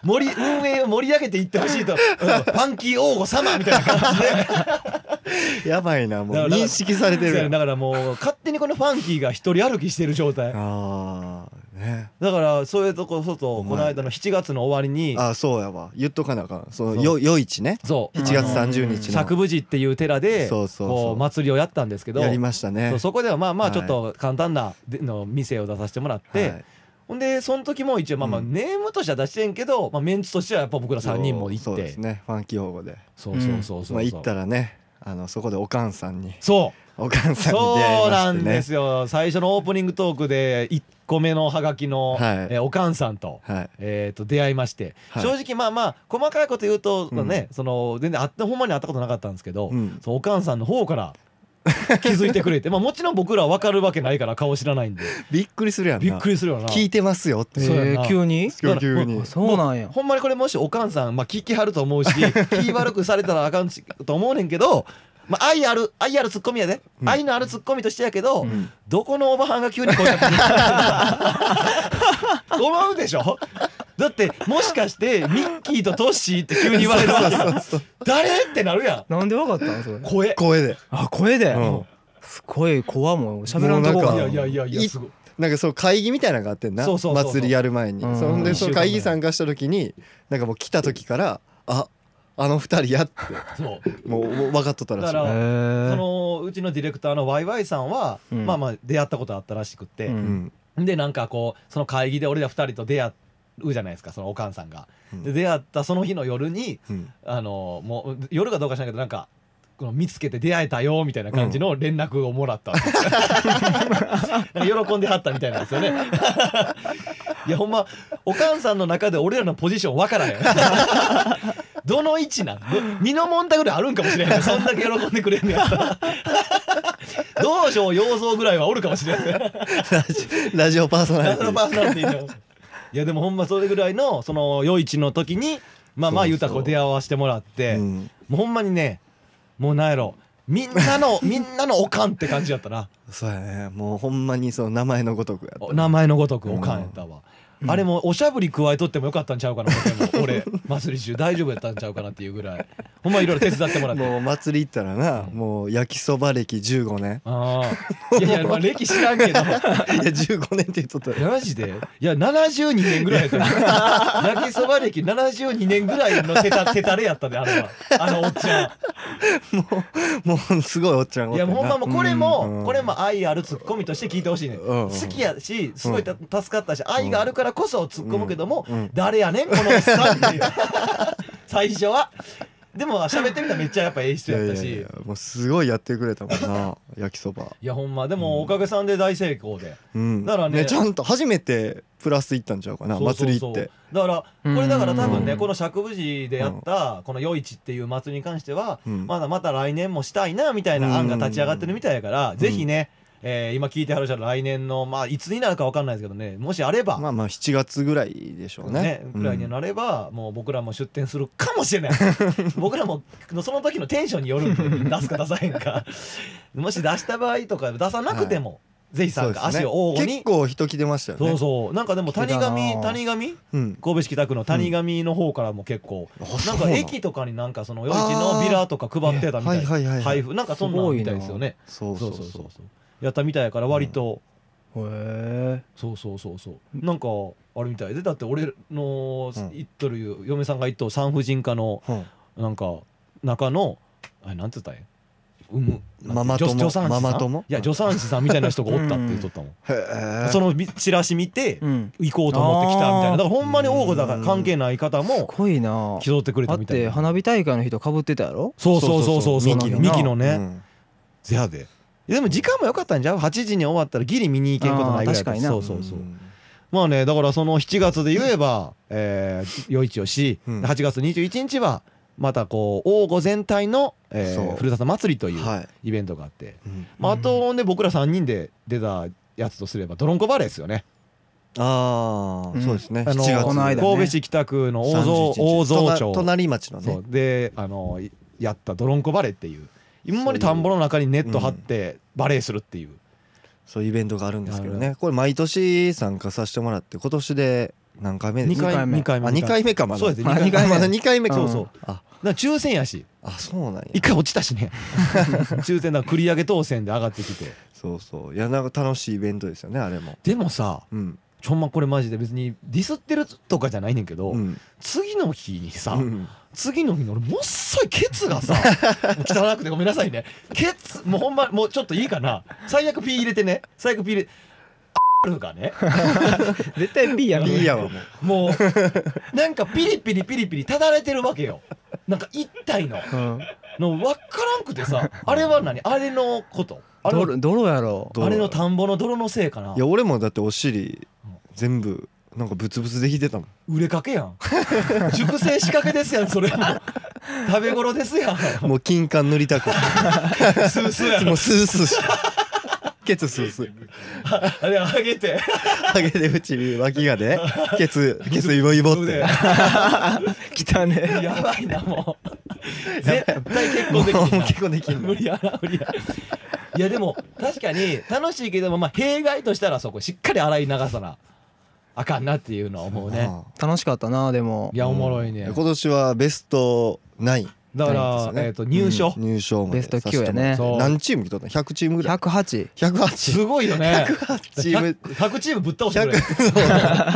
Speaker 2: 盛り運営を盛り上げていってほしいと、うんパンキー王子様みたいな感じで。
Speaker 1: やばいなもう
Speaker 2: だから
Speaker 1: 認識されて
Speaker 2: *laughs* そうや
Speaker 1: る
Speaker 2: ねだからもう勝手にこのファンキーが一人歩きしてる状態
Speaker 1: ああね
Speaker 2: だからそういうとこそとこ
Speaker 1: お前
Speaker 2: の間の7月の終わりに
Speaker 1: あそうやわ言っとかなあかんそ
Speaker 2: そ
Speaker 1: の
Speaker 2: う
Speaker 1: よ夜市ね
Speaker 2: そう
Speaker 1: 1月30
Speaker 3: うん
Speaker 1: 日
Speaker 2: 釈
Speaker 1: の
Speaker 2: 部寺っていう寺で
Speaker 1: そうそうそう
Speaker 2: こう祭りをやったんですけど
Speaker 1: やりましたね
Speaker 2: そうそこではまあまあ
Speaker 1: はい
Speaker 2: ちょっと簡単なでの店を出させてもらって、
Speaker 1: はい
Speaker 2: ほんでその時も一応まあまあ
Speaker 1: う
Speaker 2: ネームとしては出してんけど、まあ、メンツとしてはやっぱ僕ら3人も行って
Speaker 1: そうそうですねファンキー用語で
Speaker 2: そうそうそうそう、
Speaker 1: まあ行ったらねあのそこでおかんさんに
Speaker 2: そう
Speaker 1: おかんさんに出会
Speaker 2: そう
Speaker 1: いま
Speaker 2: な
Speaker 1: して
Speaker 2: ん
Speaker 1: ね
Speaker 2: ですよ最初のオープニングトークで1個目のハガキの、
Speaker 1: はい
Speaker 2: えーおかんさんと、
Speaker 1: はい
Speaker 2: えー、と出会いまして、
Speaker 1: はい
Speaker 2: 正直まあまあ細かいこと言うと、ねその全然あってほんまに会ったことなかったんですけど、
Speaker 1: うん
Speaker 2: そのおかんさんの方から *laughs* 気づいてくれて、まあ、もちろん僕らは分かるわけないから顔知らない
Speaker 1: *laughs*
Speaker 2: んで
Speaker 1: びっくりするやんな
Speaker 2: びっくりするよな
Speaker 1: 聞いてますよって
Speaker 2: そうやな
Speaker 3: 急に
Speaker 1: 急に急に
Speaker 3: あそうなんや
Speaker 2: ほんまにこれもしおかんさん、まあ、聞きはると思うし気悪くされたらあかんしと思うねんけど、まあ、愛ある愛あるツッコミやで、
Speaker 1: うん
Speaker 2: 愛のあるツッコミとしてやけど、
Speaker 3: うん
Speaker 2: どこのおばはんが急にこうやって思うでしょだってもしかしてミッキーとトッシーって急に言われたら誰ってなるや
Speaker 3: なんでわかったのそれ
Speaker 2: ん声
Speaker 1: 声で
Speaker 3: あ声で
Speaker 1: うん
Speaker 3: すごい怖もう喋らんとこ
Speaker 1: もうなんか
Speaker 2: いやいやいやいやすごい
Speaker 1: なんかそう会議みたいなのがあってんな
Speaker 2: そうそうそうそう
Speaker 1: 祭りやる前に
Speaker 3: うん
Speaker 1: そんで
Speaker 3: 一
Speaker 1: そ
Speaker 3: 週間
Speaker 1: の
Speaker 3: 前
Speaker 1: 会議参加した時になんかもう来た時からああの二人やって
Speaker 2: そう
Speaker 1: もうもう分かっとったらしい
Speaker 2: だから
Speaker 3: へ
Speaker 2: そ
Speaker 3: え
Speaker 2: のうちのディレクターのワイワイさんは、
Speaker 3: うん
Speaker 2: まあまあ出会ったことあったらしくって、
Speaker 3: う
Speaker 1: うんん
Speaker 2: でなんかこうその会議で俺ら二人と出会うじゃないですかそのおかんさんが。
Speaker 1: うん
Speaker 2: で出会ったその日の夜に
Speaker 1: うん
Speaker 2: あのもう夜かどうかしないけどなんか。この見つけて出会えたよみたいな感じの連絡をもらった、
Speaker 1: *laughs*
Speaker 2: なんか喜んではったみたいなんですよ
Speaker 1: *laughs*
Speaker 2: ねいやほんまおかんさんの中で俺らのポジション
Speaker 1: *laughs*
Speaker 2: わからんよどの位置なんど身の問題ぐらいあるんかもしれないそんだけ喜んでくれんのやった
Speaker 1: *laughs*
Speaker 2: ら道場要造ぐらいはおるかもしれない
Speaker 1: ラジラジオパーソナリテ
Speaker 2: あの
Speaker 1: ィ
Speaker 2: パーソナリティの *laughs* いやでもほんまそれぐらいのその夜市の時にまあま
Speaker 1: そうそ
Speaker 2: あ
Speaker 1: う
Speaker 2: ゆうたこう出会わせてもらって
Speaker 1: うん
Speaker 2: もうほんまにねもうなんやろみんな
Speaker 1: *laughs*
Speaker 2: のみんなのおかんって感じやったな
Speaker 1: そうやねもうほんまにその名前のごとくやっ
Speaker 2: お
Speaker 1: た
Speaker 2: 名前のごとく
Speaker 1: うん
Speaker 2: おかんやったわ、あれもおしゃぶり加えとってもよかったんちゃうかな俺
Speaker 1: *laughs*
Speaker 2: も俺祭り中大丈夫やったんちゃうかなっていうぐらいほんまいろいろ手伝ってもらって
Speaker 1: もう祭り行ったらなもう焼きそば歴15年
Speaker 2: *laughs* ああいやいや、まあ、歴史なんけど
Speaker 1: いや15年って言っとったよ
Speaker 2: マジでいや72年ぐらいやったよ焼きそば歴72年ぐらいの手た手たれやったであれはあのおっちゃ
Speaker 1: もうすごいおっちゃん
Speaker 2: ん
Speaker 1: お
Speaker 2: い
Speaker 1: った
Speaker 2: や
Speaker 1: よな
Speaker 2: ほんまもうこれも
Speaker 1: うん
Speaker 2: これも愛あるツッコミとして聞いてほしいね
Speaker 1: うんうん
Speaker 2: 好きやしすごいた助かったし愛があるからこそ突っ込むけども
Speaker 1: うん
Speaker 2: 誰やねんこのおっさんっていう *laughs* 最初はでも喋ってみたらめっちゃやっぱ演出やった
Speaker 1: いやい
Speaker 2: し
Speaker 1: やいやもうすごいやってくれたもんな焼きそば
Speaker 2: いやほんまでもおかげさんで大成功で
Speaker 1: うん
Speaker 2: だからね
Speaker 1: ちゃんと初めてプラス行ったんちゃうかな
Speaker 2: そうそうそう
Speaker 1: 祭り行って
Speaker 2: だからこれだから多分
Speaker 1: う
Speaker 2: ね
Speaker 1: ん
Speaker 2: この尺富士でやったこの夜市っていう祭りに関しては
Speaker 1: うん
Speaker 2: まだまた来年もしたいなみたいな案が立ち上がってるみたいやから
Speaker 1: ん
Speaker 2: ぜひねえー今聞いてはる人は来年のまあいつになるかわかんないですけどねもしあれば
Speaker 1: まあまあ7月ぐらいでしょうね
Speaker 2: ね
Speaker 1: う
Speaker 2: ウクライナになればもう僕らも出店するかもし
Speaker 1: *laughs*
Speaker 2: れない僕らもその時のテンションによるんで出すか出さへん
Speaker 1: *laughs*
Speaker 2: かもし出した場合とか出さなくてもぜひ
Speaker 1: そう
Speaker 2: 参
Speaker 1: で
Speaker 2: 加
Speaker 1: すね
Speaker 2: 足を応募
Speaker 1: 結
Speaker 2: に
Speaker 1: 構人来てましたよね
Speaker 2: そうそうなんかでも谷
Speaker 3: 好きだな
Speaker 2: 上
Speaker 3: あ
Speaker 2: 谷上
Speaker 1: うん
Speaker 2: 神戸市北区の谷上の方からも結構、
Speaker 1: あ
Speaker 2: なん
Speaker 1: そう
Speaker 2: か駅とかになんかその夜市のビラとか配ってたみた
Speaker 1: はいいはいはいは
Speaker 2: 配
Speaker 1: い
Speaker 2: 布なんかそんなんみたいですよね
Speaker 1: そうそう
Speaker 2: そ
Speaker 1: う
Speaker 2: そ
Speaker 1: そうう
Speaker 2: そ
Speaker 1: そうう
Speaker 2: そうやったみたいやから割と、
Speaker 3: へえ
Speaker 2: そうそうそうそうなんかあれみたいでだって俺の
Speaker 1: うん
Speaker 2: 行っとるよ嫁さんが行っとる産婦人科の
Speaker 1: うん
Speaker 2: なんか中のあれなんつったんや産む
Speaker 1: ママ
Speaker 2: 女
Speaker 1: 友
Speaker 2: 助産師さん
Speaker 1: ママ友
Speaker 2: いや助産師さんみたいな人がおったって言っとったもん、
Speaker 1: へえ
Speaker 2: そのみチラシ見て
Speaker 3: うん
Speaker 2: 行こうと思って来たみたい
Speaker 3: あ
Speaker 2: な
Speaker 3: ー
Speaker 2: だからほんまに大御だから関係ない方
Speaker 3: す
Speaker 2: も
Speaker 3: ごいな
Speaker 2: 気取ってくれ
Speaker 3: だ
Speaker 2: た
Speaker 3: っ
Speaker 2: みたい
Speaker 3: て
Speaker 2: な
Speaker 3: 花火大会の人かぶってたやろ
Speaker 2: そうそうそうそうそう
Speaker 3: そうそうそう
Speaker 2: ミキの
Speaker 1: う
Speaker 2: ね
Speaker 1: ん
Speaker 2: せやででも時間も良かったんじゃう8時に終わったらギリ見に行けんことないぐらいだ
Speaker 3: あー確か
Speaker 2: し
Speaker 3: にな
Speaker 2: そうそうそう
Speaker 1: うん
Speaker 2: まあねだからその7月で言えばえー夜市をし
Speaker 1: うん
Speaker 2: 8月21日はまたこう大御全体のえ
Speaker 1: そ
Speaker 2: ー
Speaker 1: う
Speaker 2: ふるさと祭りという
Speaker 1: はい
Speaker 2: イベントがあって
Speaker 1: うん
Speaker 2: まああとね僕ら3人で出たやつとすればドロンコバレーですよね
Speaker 1: あ
Speaker 3: う
Speaker 1: あ
Speaker 3: ん
Speaker 1: そうですね
Speaker 2: あ
Speaker 1: 7
Speaker 2: の
Speaker 1: 月
Speaker 3: この間ね
Speaker 2: 神戸市北区の大蔵
Speaker 1: 31
Speaker 2: 大蔵
Speaker 1: とな隣
Speaker 2: 町
Speaker 1: 町の
Speaker 2: そ
Speaker 1: ね
Speaker 2: うであのいやったドロンコバレーっていう今まで田んぼの中にネット張ってバレーするっていう
Speaker 1: そういうイベントがあるんですけどねこれ毎年参加させてもらって今年で何回目です
Speaker 2: 2
Speaker 1: か
Speaker 2: 回目
Speaker 3: 二
Speaker 2: 回
Speaker 1: あ二回目かまだ
Speaker 2: そうやで
Speaker 1: まだ
Speaker 3: 二回目
Speaker 1: まだ2回目か
Speaker 2: そうそう
Speaker 1: あ
Speaker 2: だから抽選やし
Speaker 1: あそうなんや
Speaker 2: 1回落ちたし *laughs* ね抽選だから繰り上げ当選で上がってきて
Speaker 1: そうそういやなんか楽しいイベントですよねあれも
Speaker 2: でもさ
Speaker 1: うん
Speaker 2: ちょんまこれマジで別にディスってるとかじゃないねんけど、
Speaker 1: うん
Speaker 2: 次の日にさ、
Speaker 1: うん *laughs*
Speaker 2: 次の日の俺もっさいケツが *laughs* さ汚くてごめんなさいねケツもうほんまもうちょっといいかな最悪ピー入れてね最悪ピー入れあるがね
Speaker 3: *laughs* 絶対 B や
Speaker 1: B やわもう
Speaker 2: もうなんかピリピリピリピリただれてるわけよなんか一体の
Speaker 3: うん
Speaker 2: の分からんくてさあれは何あれのことあれの
Speaker 3: 泥泥やろ
Speaker 1: 泥
Speaker 2: あれの田んぼの泥のせいかな
Speaker 1: や俺もだってお尻全部なんかブツブツできてたもん
Speaker 2: 売れかけやん熟成仕掛けですやんそれも食べ頃ですやん
Speaker 1: もう金管塗りたく
Speaker 2: スースーや
Speaker 1: も
Speaker 2: ろ
Speaker 1: うスースーしケツスースー
Speaker 2: あれあげて
Speaker 1: ハゲでうち脇が *laughs* ねケツケツイボイボって
Speaker 2: 腕
Speaker 3: 来たね
Speaker 2: やばいなもう絶対結婚でき
Speaker 1: もう
Speaker 2: ひんな
Speaker 1: 結構できんの
Speaker 2: 無理やな無理やいやでも確かに楽しいけどもまあ弊害としたらそこしっかり洗い流さなあかんなっていうのは思うね
Speaker 1: あ
Speaker 3: 楽しかったなでも
Speaker 2: いやおもろい
Speaker 1: あ
Speaker 2: ね
Speaker 1: 今年はベスト9
Speaker 2: だか
Speaker 3: ないん
Speaker 2: ら
Speaker 1: ですよね
Speaker 2: えっと入賞
Speaker 1: うん入賞まで
Speaker 3: ベスト9
Speaker 1: させ
Speaker 3: やね
Speaker 1: てもらって
Speaker 2: そう
Speaker 1: 何チーム来とったの100チームぐらい
Speaker 3: 108
Speaker 1: 108
Speaker 2: すごいよね
Speaker 1: チーム
Speaker 2: 100 100チームぶっ倒したぐらい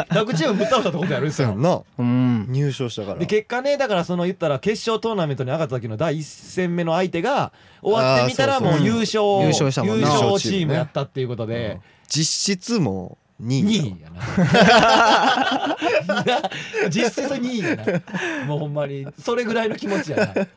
Speaker 2: 100チームぶっ倒したってことやろ
Speaker 1: そうやんな
Speaker 3: うん
Speaker 1: 入賞したから
Speaker 2: で結果ねだからその言ったら決勝トーナメントに上がった時の第1戦目の相手が終わってみたら
Speaker 1: あーそう
Speaker 2: も
Speaker 1: そう
Speaker 2: う優勝
Speaker 3: 優勝したもんな
Speaker 2: 優勝チームやったっていうこと
Speaker 1: う
Speaker 2: で
Speaker 1: ん実質も2
Speaker 2: 2
Speaker 1: 位
Speaker 2: 位や
Speaker 1: *laughs*
Speaker 2: な実質2位やなもうほんまにそれぐらいの気持ちやない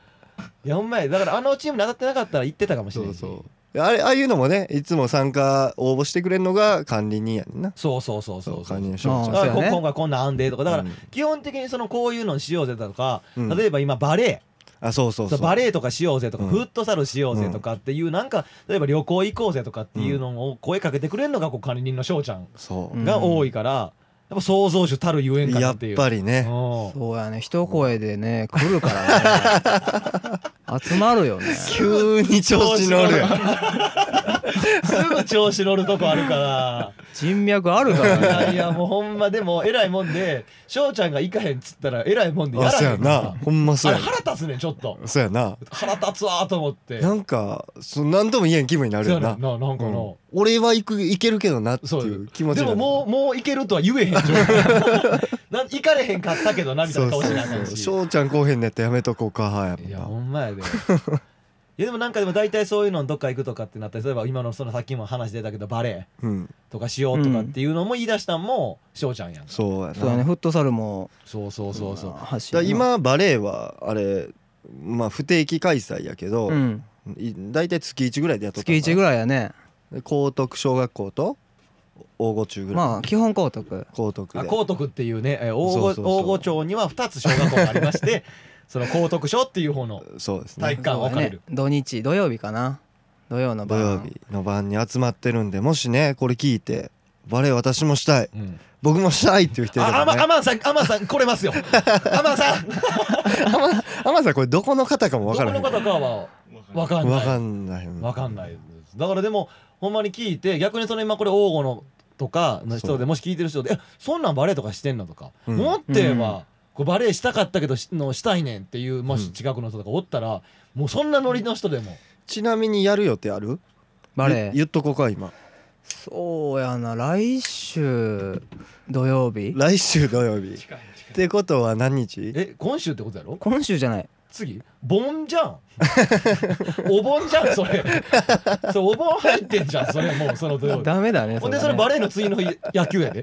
Speaker 2: やほんまやだからあのチームに当たってなかったら行ってたかもしれ
Speaker 1: そ
Speaker 2: な
Speaker 1: う
Speaker 2: いし
Speaker 1: そうあれああいうのもねいつも参加応募してくれるのが管理人やねんな
Speaker 2: そうそうそうそうそう
Speaker 1: 管理人翔ちゃん
Speaker 2: だから
Speaker 3: そうやね
Speaker 2: こ今回こんなんあんでとかだから
Speaker 1: うん
Speaker 2: 基本的にそのこういうのしようぜだとか
Speaker 1: うん
Speaker 2: 例えば今バレー
Speaker 1: あそうそうそ
Speaker 2: そ
Speaker 1: うう
Speaker 2: バレエとかしようぜとか、
Speaker 1: うん
Speaker 2: フットサルしようぜとかっていうなんか例えば旅行行こうぜとかっていうのを声かけてくれるのがこう管理人の翔ちゃん
Speaker 1: そう、
Speaker 3: うん
Speaker 2: が多いから、やっぱ創造主たるゆえんか
Speaker 1: や
Speaker 2: な
Speaker 1: っ
Speaker 2: っていう。
Speaker 1: ぱりね、
Speaker 2: うん
Speaker 3: そうやね一声でね来るから *laughs* ね集まるよね
Speaker 1: 急に調子乗るやん
Speaker 2: すぐ調子乗るとこあるから
Speaker 3: 人脈ある *laughs* から
Speaker 2: いやい
Speaker 3: ね
Speaker 2: やもうほんまでも偉いもんで翔ちゃんが行かへんっつったら偉いもんでや
Speaker 1: あ
Speaker 2: ら
Speaker 1: そう
Speaker 2: へ
Speaker 1: や
Speaker 2: んから
Speaker 1: なほんまそ
Speaker 2: あ
Speaker 1: う
Speaker 2: れ
Speaker 1: やな
Speaker 2: 腹立つねんちょっと
Speaker 1: そうやな
Speaker 2: 腹立つわーと思って
Speaker 1: なんかそ何とも言えん気分になるよ
Speaker 2: そう
Speaker 1: な
Speaker 2: やななんかな
Speaker 1: うん俺は行く行けるけどなってい
Speaker 2: そう
Speaker 1: う気持ち
Speaker 2: で
Speaker 1: にな
Speaker 2: も
Speaker 1: る
Speaker 2: もうもう行けるとは言えへん状況な行かれへんかったけどなみた
Speaker 1: そ
Speaker 2: いな
Speaker 1: うそ
Speaker 2: 顔
Speaker 1: う
Speaker 2: しなあかん
Speaker 1: そう
Speaker 2: し
Speaker 1: 翔ちゃん後編のやったらやめとこうかやっ
Speaker 2: いや
Speaker 1: ぱ
Speaker 2: ほんまやでいやでもなんかでも大体そういうのどっか行くとかってなったり例えば今のそのさっきも話出たけどバレ
Speaker 1: うん
Speaker 2: ーとかしようとかっていうのも言い出したんも翔ちゃんやん
Speaker 1: そうやな
Speaker 3: そうやねフットサルも
Speaker 2: そうそうそうそう
Speaker 3: まあ走
Speaker 1: だから
Speaker 3: る
Speaker 1: 今バレーはあれまあ不定期開催やけど、
Speaker 3: うん
Speaker 1: い大体月1ぐらいでやっとった
Speaker 3: 月1ぐ
Speaker 1: ら
Speaker 3: らいやね
Speaker 1: い高徳小学校と大御中ぐらい、
Speaker 3: まあ基本高徳
Speaker 1: 高徳
Speaker 2: あ
Speaker 1: で
Speaker 2: 高徳っていうね、えー大
Speaker 1: そ
Speaker 2: 御
Speaker 1: うそうそう
Speaker 2: 大御町には2つ小学校がありまして
Speaker 1: *laughs*
Speaker 2: その高徳小っていう方の
Speaker 1: そうです
Speaker 2: 体
Speaker 1: ね
Speaker 2: 育館を
Speaker 3: そう
Speaker 2: 借
Speaker 3: や
Speaker 2: り
Speaker 3: ね
Speaker 2: る
Speaker 3: 土日土曜日かな土曜の
Speaker 1: 土曜
Speaker 3: 晩
Speaker 1: 日の晩に集まってるんでもしねこれ聞いてバレー私もしたい
Speaker 2: うん
Speaker 1: 僕もしたいっていう人いれ
Speaker 2: あア
Speaker 1: ば、ね、
Speaker 2: マアマンさんアマンさん来れ
Speaker 1: *laughs*
Speaker 2: ますよアマンさん
Speaker 1: アマンさんこれどこの方かも分からない
Speaker 2: どこの方かは分かん
Speaker 1: 分
Speaker 2: ない
Speaker 1: かんない
Speaker 2: わかんないですだからでもほんまに聞いて逆にその今これ王吾のとかの人
Speaker 1: そ
Speaker 2: で
Speaker 1: う
Speaker 2: もし聞いてる人で「えそんなんバレエとかしてんの?」とか「
Speaker 1: うん
Speaker 2: 思って
Speaker 3: うん
Speaker 2: は、こうバレエしたかったけどしのしたいねん」っていうも
Speaker 1: う
Speaker 2: し
Speaker 1: ん
Speaker 2: 近くの人とかおったら、もうそんなノリの人でも
Speaker 1: ちなみにやる予定ある
Speaker 3: バレ
Speaker 1: ゆ
Speaker 3: ー
Speaker 1: 言っとこうか今
Speaker 3: そうやな来週土曜日
Speaker 1: 来週土曜日ってことは何日
Speaker 2: え今週ってことやろ
Speaker 3: 今週じゃない
Speaker 2: 次盆じゃん *laughs* お盆じゃんそれそれお盆入ってんじゃんそれもうその土曜日
Speaker 3: ダメだね
Speaker 2: ほんで
Speaker 3: れは
Speaker 2: それ
Speaker 3: ね
Speaker 2: バレエの次の日野球や
Speaker 3: *laughs*
Speaker 2: で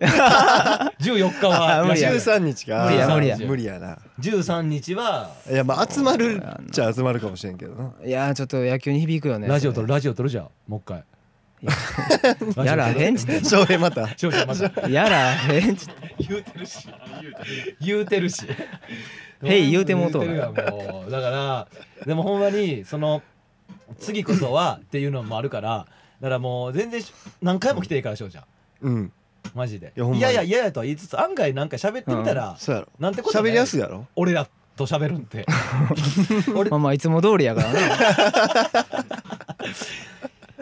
Speaker 2: 14日は
Speaker 3: あ無理や
Speaker 2: 野球
Speaker 1: 13日か
Speaker 3: 無理や
Speaker 1: あー
Speaker 3: 無理や
Speaker 1: 無理やな
Speaker 2: 13日はい
Speaker 1: やまあ集まるっちゃ集まるかもしれんけどない
Speaker 3: やーちょっと野球に響くよね
Speaker 2: ラジオ
Speaker 3: そ
Speaker 2: 撮
Speaker 3: れ
Speaker 2: るラジオ撮るじゃんもう一回ラジオ撮る
Speaker 3: やらへん
Speaker 1: *laughs*
Speaker 3: ちって
Speaker 1: 翔平また
Speaker 2: 翔ちゃんまだ
Speaker 3: やらへんちって
Speaker 2: 言うてるし言うてるし
Speaker 3: *laughs* へい言うてもうとう
Speaker 2: 言うてるやんもうだからでもほんまにその次こそはっていうのもあるからだからもう全然し何回も来ていいから翔ちゃん
Speaker 1: うん
Speaker 2: マジで
Speaker 1: いやほんま
Speaker 2: い
Speaker 1: に
Speaker 2: やいやいややとは言いつつ案外なんか喋ってみたら
Speaker 1: そうやろ
Speaker 2: なんてこと
Speaker 1: 喋りやすい
Speaker 2: い
Speaker 1: やろ
Speaker 2: 俺らと喋るん *laughs* て *laughs* 俺
Speaker 3: まあまあいつも通りやからね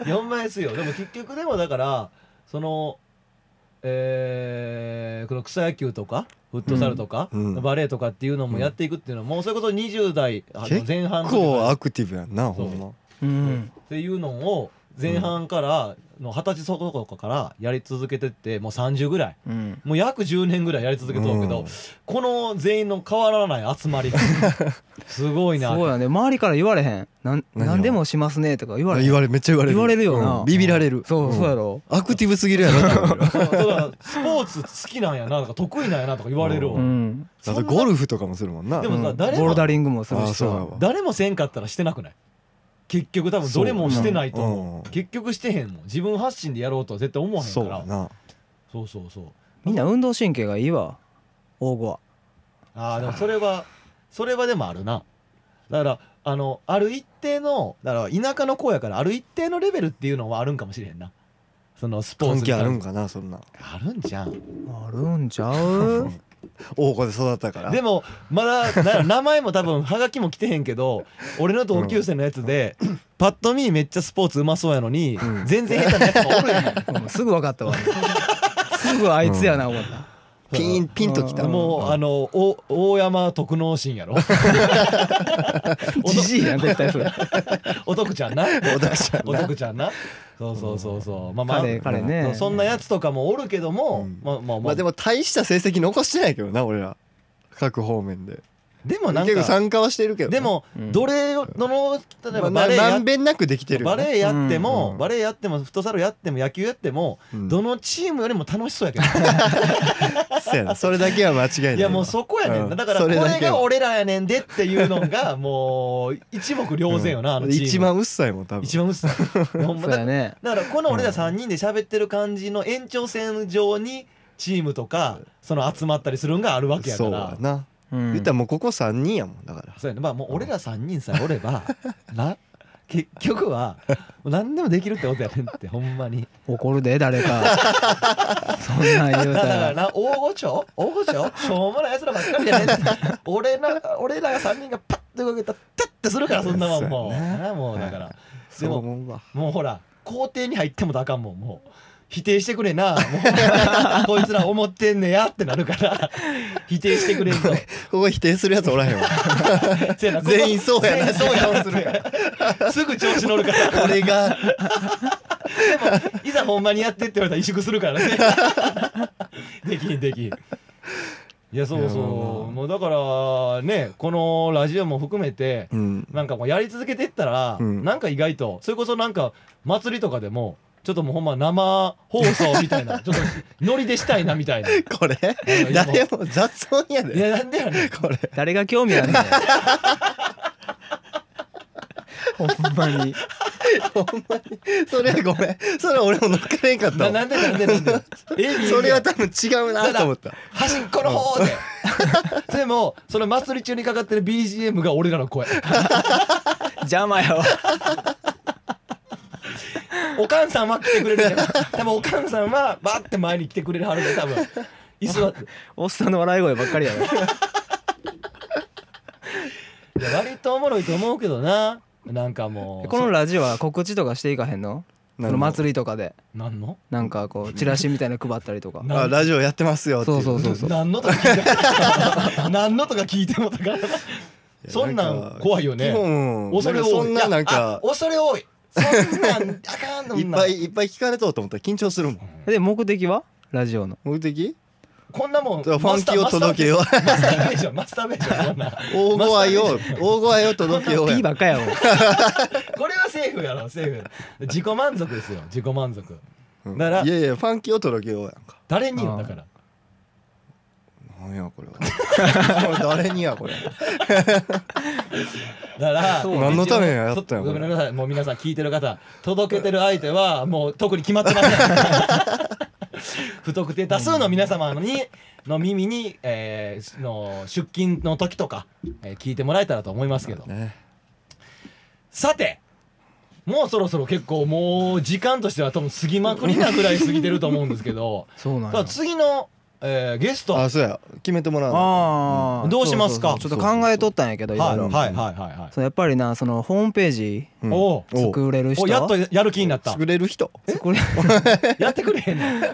Speaker 2: 4枚ですよでも結局でもだからそのえー、この草野球とかフットサルとか、
Speaker 1: うんうん
Speaker 2: バレーとかっていうのもやっていくっていうのは、もうそれこそ20代あの
Speaker 1: 結構
Speaker 2: 前半の時か
Speaker 1: こう
Speaker 2: らっ
Speaker 1: アクティブやんなほんま
Speaker 3: うん
Speaker 2: ていうのを前半からの二十歳そこそこからやり続けてってもう30ぐらい
Speaker 3: うん
Speaker 2: もう約10年ぐらいやり続けとるけど、
Speaker 1: うん
Speaker 2: この全員の変わらない集まりがすごいな
Speaker 3: そうやね周りから言われへんなん
Speaker 1: 何を
Speaker 3: 何でもしますねとか言われへん
Speaker 1: 言われめっちゃ言われる
Speaker 3: 言われるよな
Speaker 1: うんビビられる
Speaker 3: そうそうや
Speaker 1: ろ
Speaker 3: ろ
Speaker 1: アクティブすぎるやろって思うよ
Speaker 2: そうだからスポーツ好きなんやなとか得意なんやなとか言われるわ、
Speaker 1: う
Speaker 3: うん
Speaker 1: あとゴルフとかもするもんな
Speaker 2: で
Speaker 3: う
Speaker 2: も
Speaker 3: ん
Speaker 2: さ
Speaker 3: ボ
Speaker 2: 誰も
Speaker 3: ルダリングもする
Speaker 1: あ
Speaker 3: し
Speaker 1: ーそうや
Speaker 3: さ
Speaker 1: わ
Speaker 2: 誰もせんかったらしてなくない結局多分どれもしてないと
Speaker 1: そう
Speaker 2: 思
Speaker 1: う
Speaker 2: うん結局してへんもん自分発信でやろうとは絶対思わへんか
Speaker 1: そうや
Speaker 2: ら
Speaker 1: な
Speaker 2: そうそうそう
Speaker 3: みんな運動神経がいいわ大吾は
Speaker 2: ああでもそ
Speaker 1: *laughs*
Speaker 2: れはそれはでもあるなだからあのある一定のだから田舎の子やからある一定のレベルっていうのはあるんかもしれへんなそのスポーツ
Speaker 1: 関
Speaker 2: に
Speaker 1: 係あるんかなそんな
Speaker 2: あるんじゃん
Speaker 3: あるんちゃう *laughs*
Speaker 1: 大子で育ったから
Speaker 2: でもまだ
Speaker 1: *laughs*
Speaker 2: だから名前も多分はがきも来てへんけど俺の同級生のやつで、パッと見めっちゃスポーツうまそうやのに、
Speaker 1: うん
Speaker 2: 全然下手なやつがおるや
Speaker 1: *laughs*
Speaker 2: ん
Speaker 3: うんすぐ分かったわすぐあいつやな思った、
Speaker 1: ピンピンときた
Speaker 3: うん
Speaker 2: もうあのお大山徳能神
Speaker 1: *laughs*
Speaker 2: やろおと
Speaker 3: じじいやん絶対それ
Speaker 2: お徳ちゃんな
Speaker 1: おだちゃん
Speaker 2: お
Speaker 1: な
Speaker 2: 徳ちゃんなそうそうそうそうまあまあ
Speaker 3: 彼彼ね
Speaker 2: そんなやつとかもおるけども、
Speaker 1: うん
Speaker 2: まあまあま
Speaker 1: ま
Speaker 2: あ
Speaker 1: あでも大した成績残してないけどな俺ら各方面で
Speaker 2: でもなん
Speaker 1: 結構
Speaker 2: か
Speaker 1: 参加はしてるけどな
Speaker 2: でも
Speaker 3: うん
Speaker 2: どれをどの例えば
Speaker 1: まあ
Speaker 2: バレエ
Speaker 1: な
Speaker 2: や
Speaker 1: んべんなくできてるよ
Speaker 2: バ
Speaker 1: ね
Speaker 2: レエやっても、
Speaker 1: うん
Speaker 2: バレエやってもフットサルやっても野球やっても、
Speaker 1: うん
Speaker 2: どのチームよりも楽しそ
Speaker 1: *laughs*
Speaker 2: うやけど
Speaker 1: そうやなそれだけは間違いない
Speaker 2: いやもうそこやねんな、
Speaker 1: うん
Speaker 2: だからこ
Speaker 1: それ
Speaker 2: れ
Speaker 1: だけは
Speaker 2: が俺らやねんでっていうのがもう一目瞭然よな、あのチーム
Speaker 1: 一番うっさいもん多分
Speaker 2: 一番うっさい
Speaker 1: *laughs*
Speaker 2: ほんま
Speaker 3: そうや
Speaker 2: だ
Speaker 3: ね
Speaker 2: だからこの俺ら3人で喋ってる感じの延長線上にチームとかその集まったりするんがあるわけやか
Speaker 1: そう
Speaker 2: ら
Speaker 1: やな、
Speaker 3: うん
Speaker 1: 言ったらもうここ3人やもんだから
Speaker 2: そうやねまあもう俺ら3人さえおればな結局は何でもできるってことやねんってほんまに
Speaker 3: 怒るで誰か *laughs* そんなん言う
Speaker 2: だか
Speaker 3: た
Speaker 2: ら
Speaker 3: ら
Speaker 2: な大御所大御所しょうもない奴らばっかりや
Speaker 1: *laughs*
Speaker 2: ねんって俺ら俺らが3人がパッと動けたらタッてするからそんなもんもう
Speaker 1: そうやね
Speaker 2: なもうだから、
Speaker 1: は
Speaker 2: で
Speaker 1: そう
Speaker 2: も
Speaker 1: 思うわ *laughs*
Speaker 2: もうほら校庭に入ってもだかんもんもう否定してく
Speaker 1: *laughs*
Speaker 2: れなもうこいつら思ってんねやってなるから否定してくれんと
Speaker 1: ここ否定するやつおら
Speaker 2: *laughs*
Speaker 1: へんわ
Speaker 2: せやな
Speaker 1: 全員そうやな
Speaker 2: 全員そうやなすすぐ調子乗るから
Speaker 1: *laughs* 俺
Speaker 2: *laughs*
Speaker 1: が
Speaker 2: いざほんまにやってって言われたら萎縮するからね
Speaker 1: *laughs*
Speaker 2: できんできんいやそう
Speaker 1: いやまあ
Speaker 2: そ
Speaker 1: ま
Speaker 2: う
Speaker 1: あ
Speaker 2: もうだからねこのラジオも含めて
Speaker 1: うん
Speaker 2: なんかもうやり続けてったら、
Speaker 1: うん
Speaker 2: なんか意外とそれこそなんか祭りとかでもちょっともうほんま生放送みたい
Speaker 1: *laughs*
Speaker 2: なちょっとノリでしたいなみたいな。 *laughs* い
Speaker 1: これ
Speaker 2: や
Speaker 1: 誰も雑音やで
Speaker 2: やなんでやねん
Speaker 1: これ
Speaker 3: 誰が興味あんねんほんまに
Speaker 1: ほんまにそれはごめんそれは俺も乗っかれんかった
Speaker 2: な
Speaker 1: わ
Speaker 2: なんでなんでな
Speaker 1: *laughs*
Speaker 2: んでえ
Speaker 1: それは多分違うなと思った
Speaker 2: 端っこの方で *laughs* でもその祭り中にかかってる BGM が俺らの声 *laughs*
Speaker 3: 邪魔やわ
Speaker 2: おかんさんは来てくれる
Speaker 1: *laughs*
Speaker 2: けど多分おかんさんはバーって前に来てくれるはずで多分椅子は
Speaker 3: おっさんの笑い声ばっかりやわ
Speaker 2: いや割とおもろいと思うけどななんかもう
Speaker 3: このラジオは告知とかしていかへんのその祭りとかで
Speaker 2: そなんの
Speaker 3: なんかこうチラシみたいなの配ったりとか
Speaker 1: あラジオやってますよってい
Speaker 3: そうそうそうそう
Speaker 2: 何のとか聞いても *laughs* 何のとか聞いてもだから
Speaker 1: いや
Speaker 2: そんなん怖いよね
Speaker 1: 基本
Speaker 2: 恐れ多い
Speaker 1: そんななん
Speaker 2: いやあ
Speaker 1: か
Speaker 2: 恐れ多いそんなんあかん
Speaker 1: *laughs*
Speaker 2: の
Speaker 1: いっぱいいっぱい聞かれとうと思ったら緊張するもん
Speaker 3: で目的はラジオの
Speaker 1: 目的
Speaker 2: こんなもん
Speaker 1: ファンキーを届けよう
Speaker 2: マスターベーションマスターベーションこんな
Speaker 1: 大声を大声を届けようや
Speaker 3: P ばっかやわ
Speaker 2: これはセーフやろセーフ自己満足ですよ自己満足
Speaker 1: うん
Speaker 2: だから
Speaker 1: いやいやファンキーを届けようやんか
Speaker 2: 誰に
Speaker 3: あ
Speaker 2: よ
Speaker 3: ー
Speaker 2: だから
Speaker 1: なんや
Speaker 2: *laughs*
Speaker 1: これは誰にやこれ
Speaker 2: だから
Speaker 3: そう
Speaker 1: 何のためにやったんや
Speaker 2: ご
Speaker 1: こ
Speaker 2: め
Speaker 1: れ
Speaker 2: んなさいもう皆さん聞いてる方届けてる相手はもう特に決まってません不特定多数の皆様にの耳に、えーの出勤の時とか、えー聞いてもらえたらと思いますけど
Speaker 1: ね
Speaker 2: さてもうそろそろ結構もう時間としては多分過ぎまくりなぐらい過ぎてると思うんですけ
Speaker 1: *laughs*
Speaker 2: ど
Speaker 3: そうなん
Speaker 2: さあ
Speaker 3: や
Speaker 2: 次の、えーゲスト
Speaker 1: あそうや決めてもらう
Speaker 3: ああ
Speaker 2: どうしますか
Speaker 3: ちょっと考えとったんやけどいろ
Speaker 2: はいい
Speaker 3: ろ
Speaker 2: はいはいはいはい
Speaker 3: そうやっぱりなそのホームページ
Speaker 1: うん
Speaker 2: おう
Speaker 1: お
Speaker 3: 作れる人
Speaker 2: おやっとやる気になった
Speaker 1: 作れる人
Speaker 3: 作れ *laughs*
Speaker 2: やってくれへんね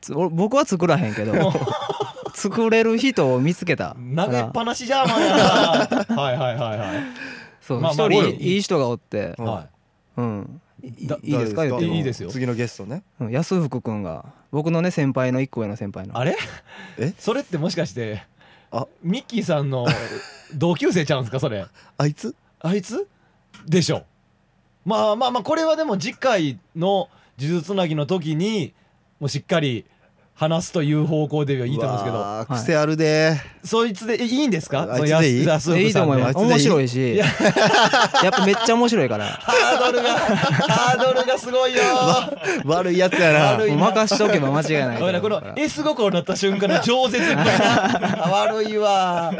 Speaker 3: つ俺僕は作らへんけど
Speaker 2: *laughs*
Speaker 3: 作れる人を見つけた
Speaker 2: ん投げっ
Speaker 3: から
Speaker 2: ぱなしじゃあまあやな *laughs* はいはいはいはい
Speaker 3: そう
Speaker 2: まあ
Speaker 3: 一
Speaker 2: まあ
Speaker 3: 人
Speaker 2: おる
Speaker 3: いい人がおって
Speaker 1: うん
Speaker 2: は
Speaker 3: うんいい
Speaker 2: だ
Speaker 3: いいですか
Speaker 1: 誰
Speaker 3: 言っ
Speaker 2: か
Speaker 3: ても
Speaker 2: いいですよ
Speaker 1: 次のゲストね
Speaker 3: うん安福君が僕のね先輩の一個上の先輩
Speaker 2: い、
Speaker 3: の
Speaker 2: あれ
Speaker 1: え
Speaker 2: それってもしかして
Speaker 1: あ
Speaker 2: ミッキーさんの同級生ちゃうんですかそれ
Speaker 1: あいつ
Speaker 2: あいつでしょまあまあまあこれはでも次回の「呪術つなぎ」の時にもうしっかり話すという方向ではいいと思うんですけ
Speaker 1: う
Speaker 2: ど
Speaker 1: わー
Speaker 3: はい
Speaker 1: 癖あるで
Speaker 2: そいつでえいいんですか
Speaker 1: あ
Speaker 2: その
Speaker 1: いつでいい
Speaker 2: 安安岡さん
Speaker 3: でいいと思いま
Speaker 1: あいつ
Speaker 3: す
Speaker 1: でいい
Speaker 3: 面白いし
Speaker 2: いや
Speaker 3: *laughs* やっぱめっちゃ面白いから
Speaker 2: ハードルがハードルがすごいよ
Speaker 1: 悪いやつやな
Speaker 2: 悪いな
Speaker 3: 任しとけば間違いない
Speaker 2: ごめんなこの
Speaker 3: から
Speaker 2: S 心になった瞬間の饒舌みたいなあ悪いわ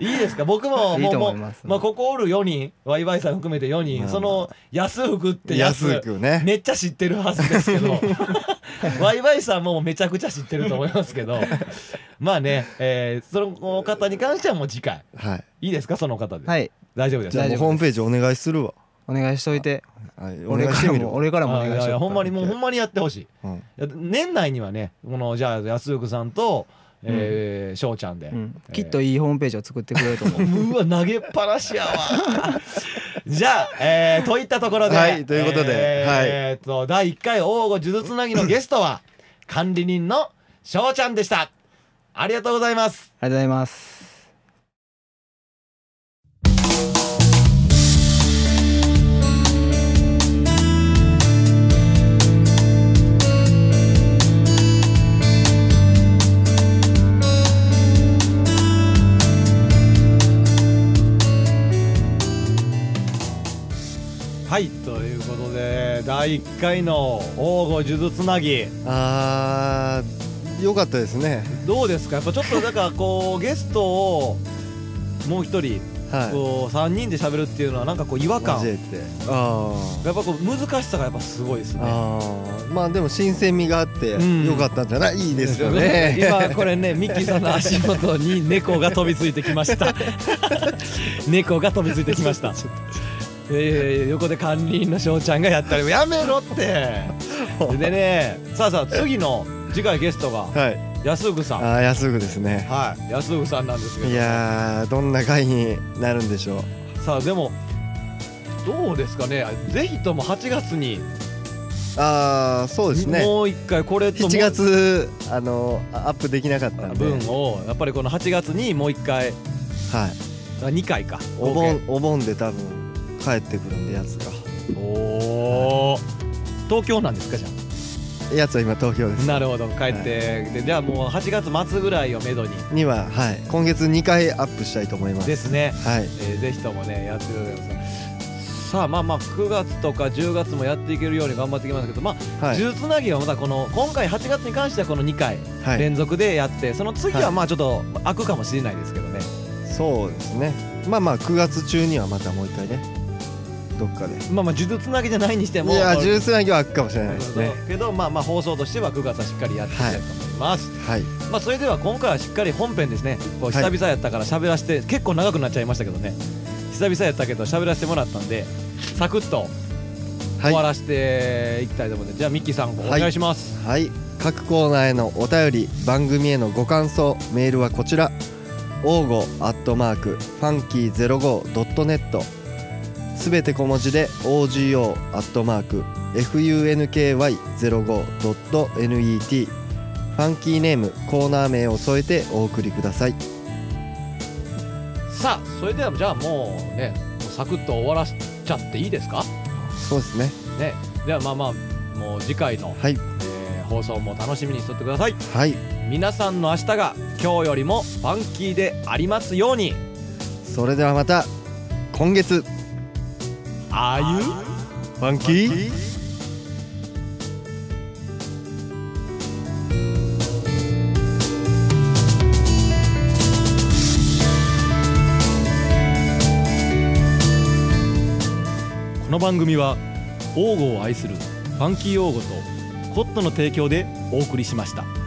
Speaker 2: いいですか僕も
Speaker 3: いいと
Speaker 2: も
Speaker 3: 思
Speaker 2: うも
Speaker 3: いま
Speaker 2: う
Speaker 3: す
Speaker 2: まあここおる4人ワイワイさん含めて4
Speaker 3: まあ
Speaker 2: 人
Speaker 3: まあ
Speaker 2: その安福ってやつ
Speaker 1: 安くね
Speaker 2: めっちゃ知ってるはずですけどワイワイさんもめちゃくちゃ知ってると思いますけどまあね、えーその方に関してはもう次回
Speaker 1: はい
Speaker 2: いいですかその方で、
Speaker 3: はい
Speaker 2: 大丈夫です
Speaker 1: じゃあもうホームページお願いするわ
Speaker 3: お願いしといて
Speaker 1: はいお
Speaker 3: 俺
Speaker 1: 願いし
Speaker 3: か
Speaker 1: て
Speaker 3: ら
Speaker 1: みる
Speaker 3: も
Speaker 1: わ
Speaker 3: 俺からもお
Speaker 2: あい
Speaker 3: 願い
Speaker 2: やい
Speaker 3: し
Speaker 2: や
Speaker 3: よ
Speaker 2: ほんまにもうほんまにやってほしい
Speaker 1: うん
Speaker 2: いや年内にはねこのじゃあ安福さんとえー翔、ちゃんで、
Speaker 3: うんきっといいホームページを作ってくれると *laughs* 思う
Speaker 2: うわ投げっぱなしやわじゃあ、えーといったところで
Speaker 1: はいということで
Speaker 2: えー
Speaker 1: はい
Speaker 2: えーと第1回王吾呪術つなぎのゲストは管理人の翔ちゃんでしたありがとうございます
Speaker 3: ありがとうございます
Speaker 2: はいということで第1回の王吾呪術つなぎ
Speaker 1: あーよかったですね
Speaker 2: どうですかやっぱちょっとなんかこ
Speaker 1: *laughs*
Speaker 2: うゲストをもう一人
Speaker 1: はい
Speaker 2: こう3人で喋るっていうのはなんかこう違和感
Speaker 1: 交えてあー
Speaker 2: やっぱこう難しさがやっぱすごいですね
Speaker 1: あーまあでも新鮮味があって
Speaker 2: うん
Speaker 1: よかったんじゃない、いいですよね
Speaker 2: *laughs* 今これねミッキーさんの足元に猫が飛びついてきました *laughs* 猫が飛びついてき
Speaker 1: *laughs*
Speaker 2: ましたえー、横で管理員の翔ちゃんがやったりやめろ *laughs* ってでねさあさあ次の次回ゲストが
Speaker 1: はい
Speaker 2: 安福さん
Speaker 1: あー安ぐですね
Speaker 2: はい安福さんなんですけ
Speaker 1: い
Speaker 2: ど
Speaker 1: やーどんな回になるんでしょう
Speaker 2: さあでもどうですかねぜひとも8月に
Speaker 1: ああそうですね
Speaker 2: もう一回これともう
Speaker 1: 7月あのアップできなかったんで、
Speaker 2: 分をやっぱりこの8月にもう一回
Speaker 1: はい、
Speaker 2: 2回か
Speaker 1: お盆お盆で多分帰ってくるんでやつが
Speaker 2: おお東京なんですかじゃ
Speaker 1: やつは今東京で
Speaker 2: あ
Speaker 1: す
Speaker 2: なるほど帰って、でじゃあもう8月末ぐらいをめどに
Speaker 1: には、はい、今月2回アップしたいと思います
Speaker 2: ですね、
Speaker 1: はい
Speaker 2: えーぜひともねやってくださいさあまあまあ9月とか10月もやっていけるように頑張っていきますけどまあ
Speaker 1: はい、
Speaker 2: 呪術つなぎはまたこの今回8月に関してはこの2回
Speaker 1: はい、
Speaker 2: 連続でやって、その次はまあちょっと開くかもしれないですけどね
Speaker 1: そうですねまあまあ9月中にはまたもう一回ねどっかで
Speaker 2: まあまあ呪術つなぎじゃないにして
Speaker 1: い
Speaker 2: も
Speaker 1: や
Speaker 2: こ
Speaker 1: ー
Speaker 2: う
Speaker 1: ジュースなぎは開くかもしれないです
Speaker 2: そう
Speaker 1: ね
Speaker 2: けどまあまあ放送としては9月はしっかりやっていきたいと思います、
Speaker 1: はい
Speaker 2: まあ、それでは今回はしっかり本編ですねこう久々やったから喋らせて、結構長くなっちゃいましたけどね久々やったけど喋らせてもらったんでサクッと
Speaker 1: は
Speaker 2: 終
Speaker 1: い
Speaker 2: わらせていきたいと思うんで、じゃあミッキーさんお願いします、
Speaker 1: はい各コーナーへのお便り番組へのご感想メールはこちら応募アットマークファンキー 05.net すべて小文字で OGO アットマーク FUNKY05.net ファンキーネームコーナー名を添えてお送りください
Speaker 2: さあそれではじゃあもうねもうサクッと終わらせちゃっていいですか
Speaker 1: そうですね
Speaker 2: ねではまあまあもう次回の、
Speaker 1: はい
Speaker 2: えー放送も楽しみにしとってください
Speaker 1: はい
Speaker 2: 皆さんの明日が今日よりもファンキーでありますように
Speaker 1: それではまた今月
Speaker 2: あゆ
Speaker 1: ファンキー
Speaker 2: この番組は王語を愛するファンキー王語とコットの提供でお送りしました。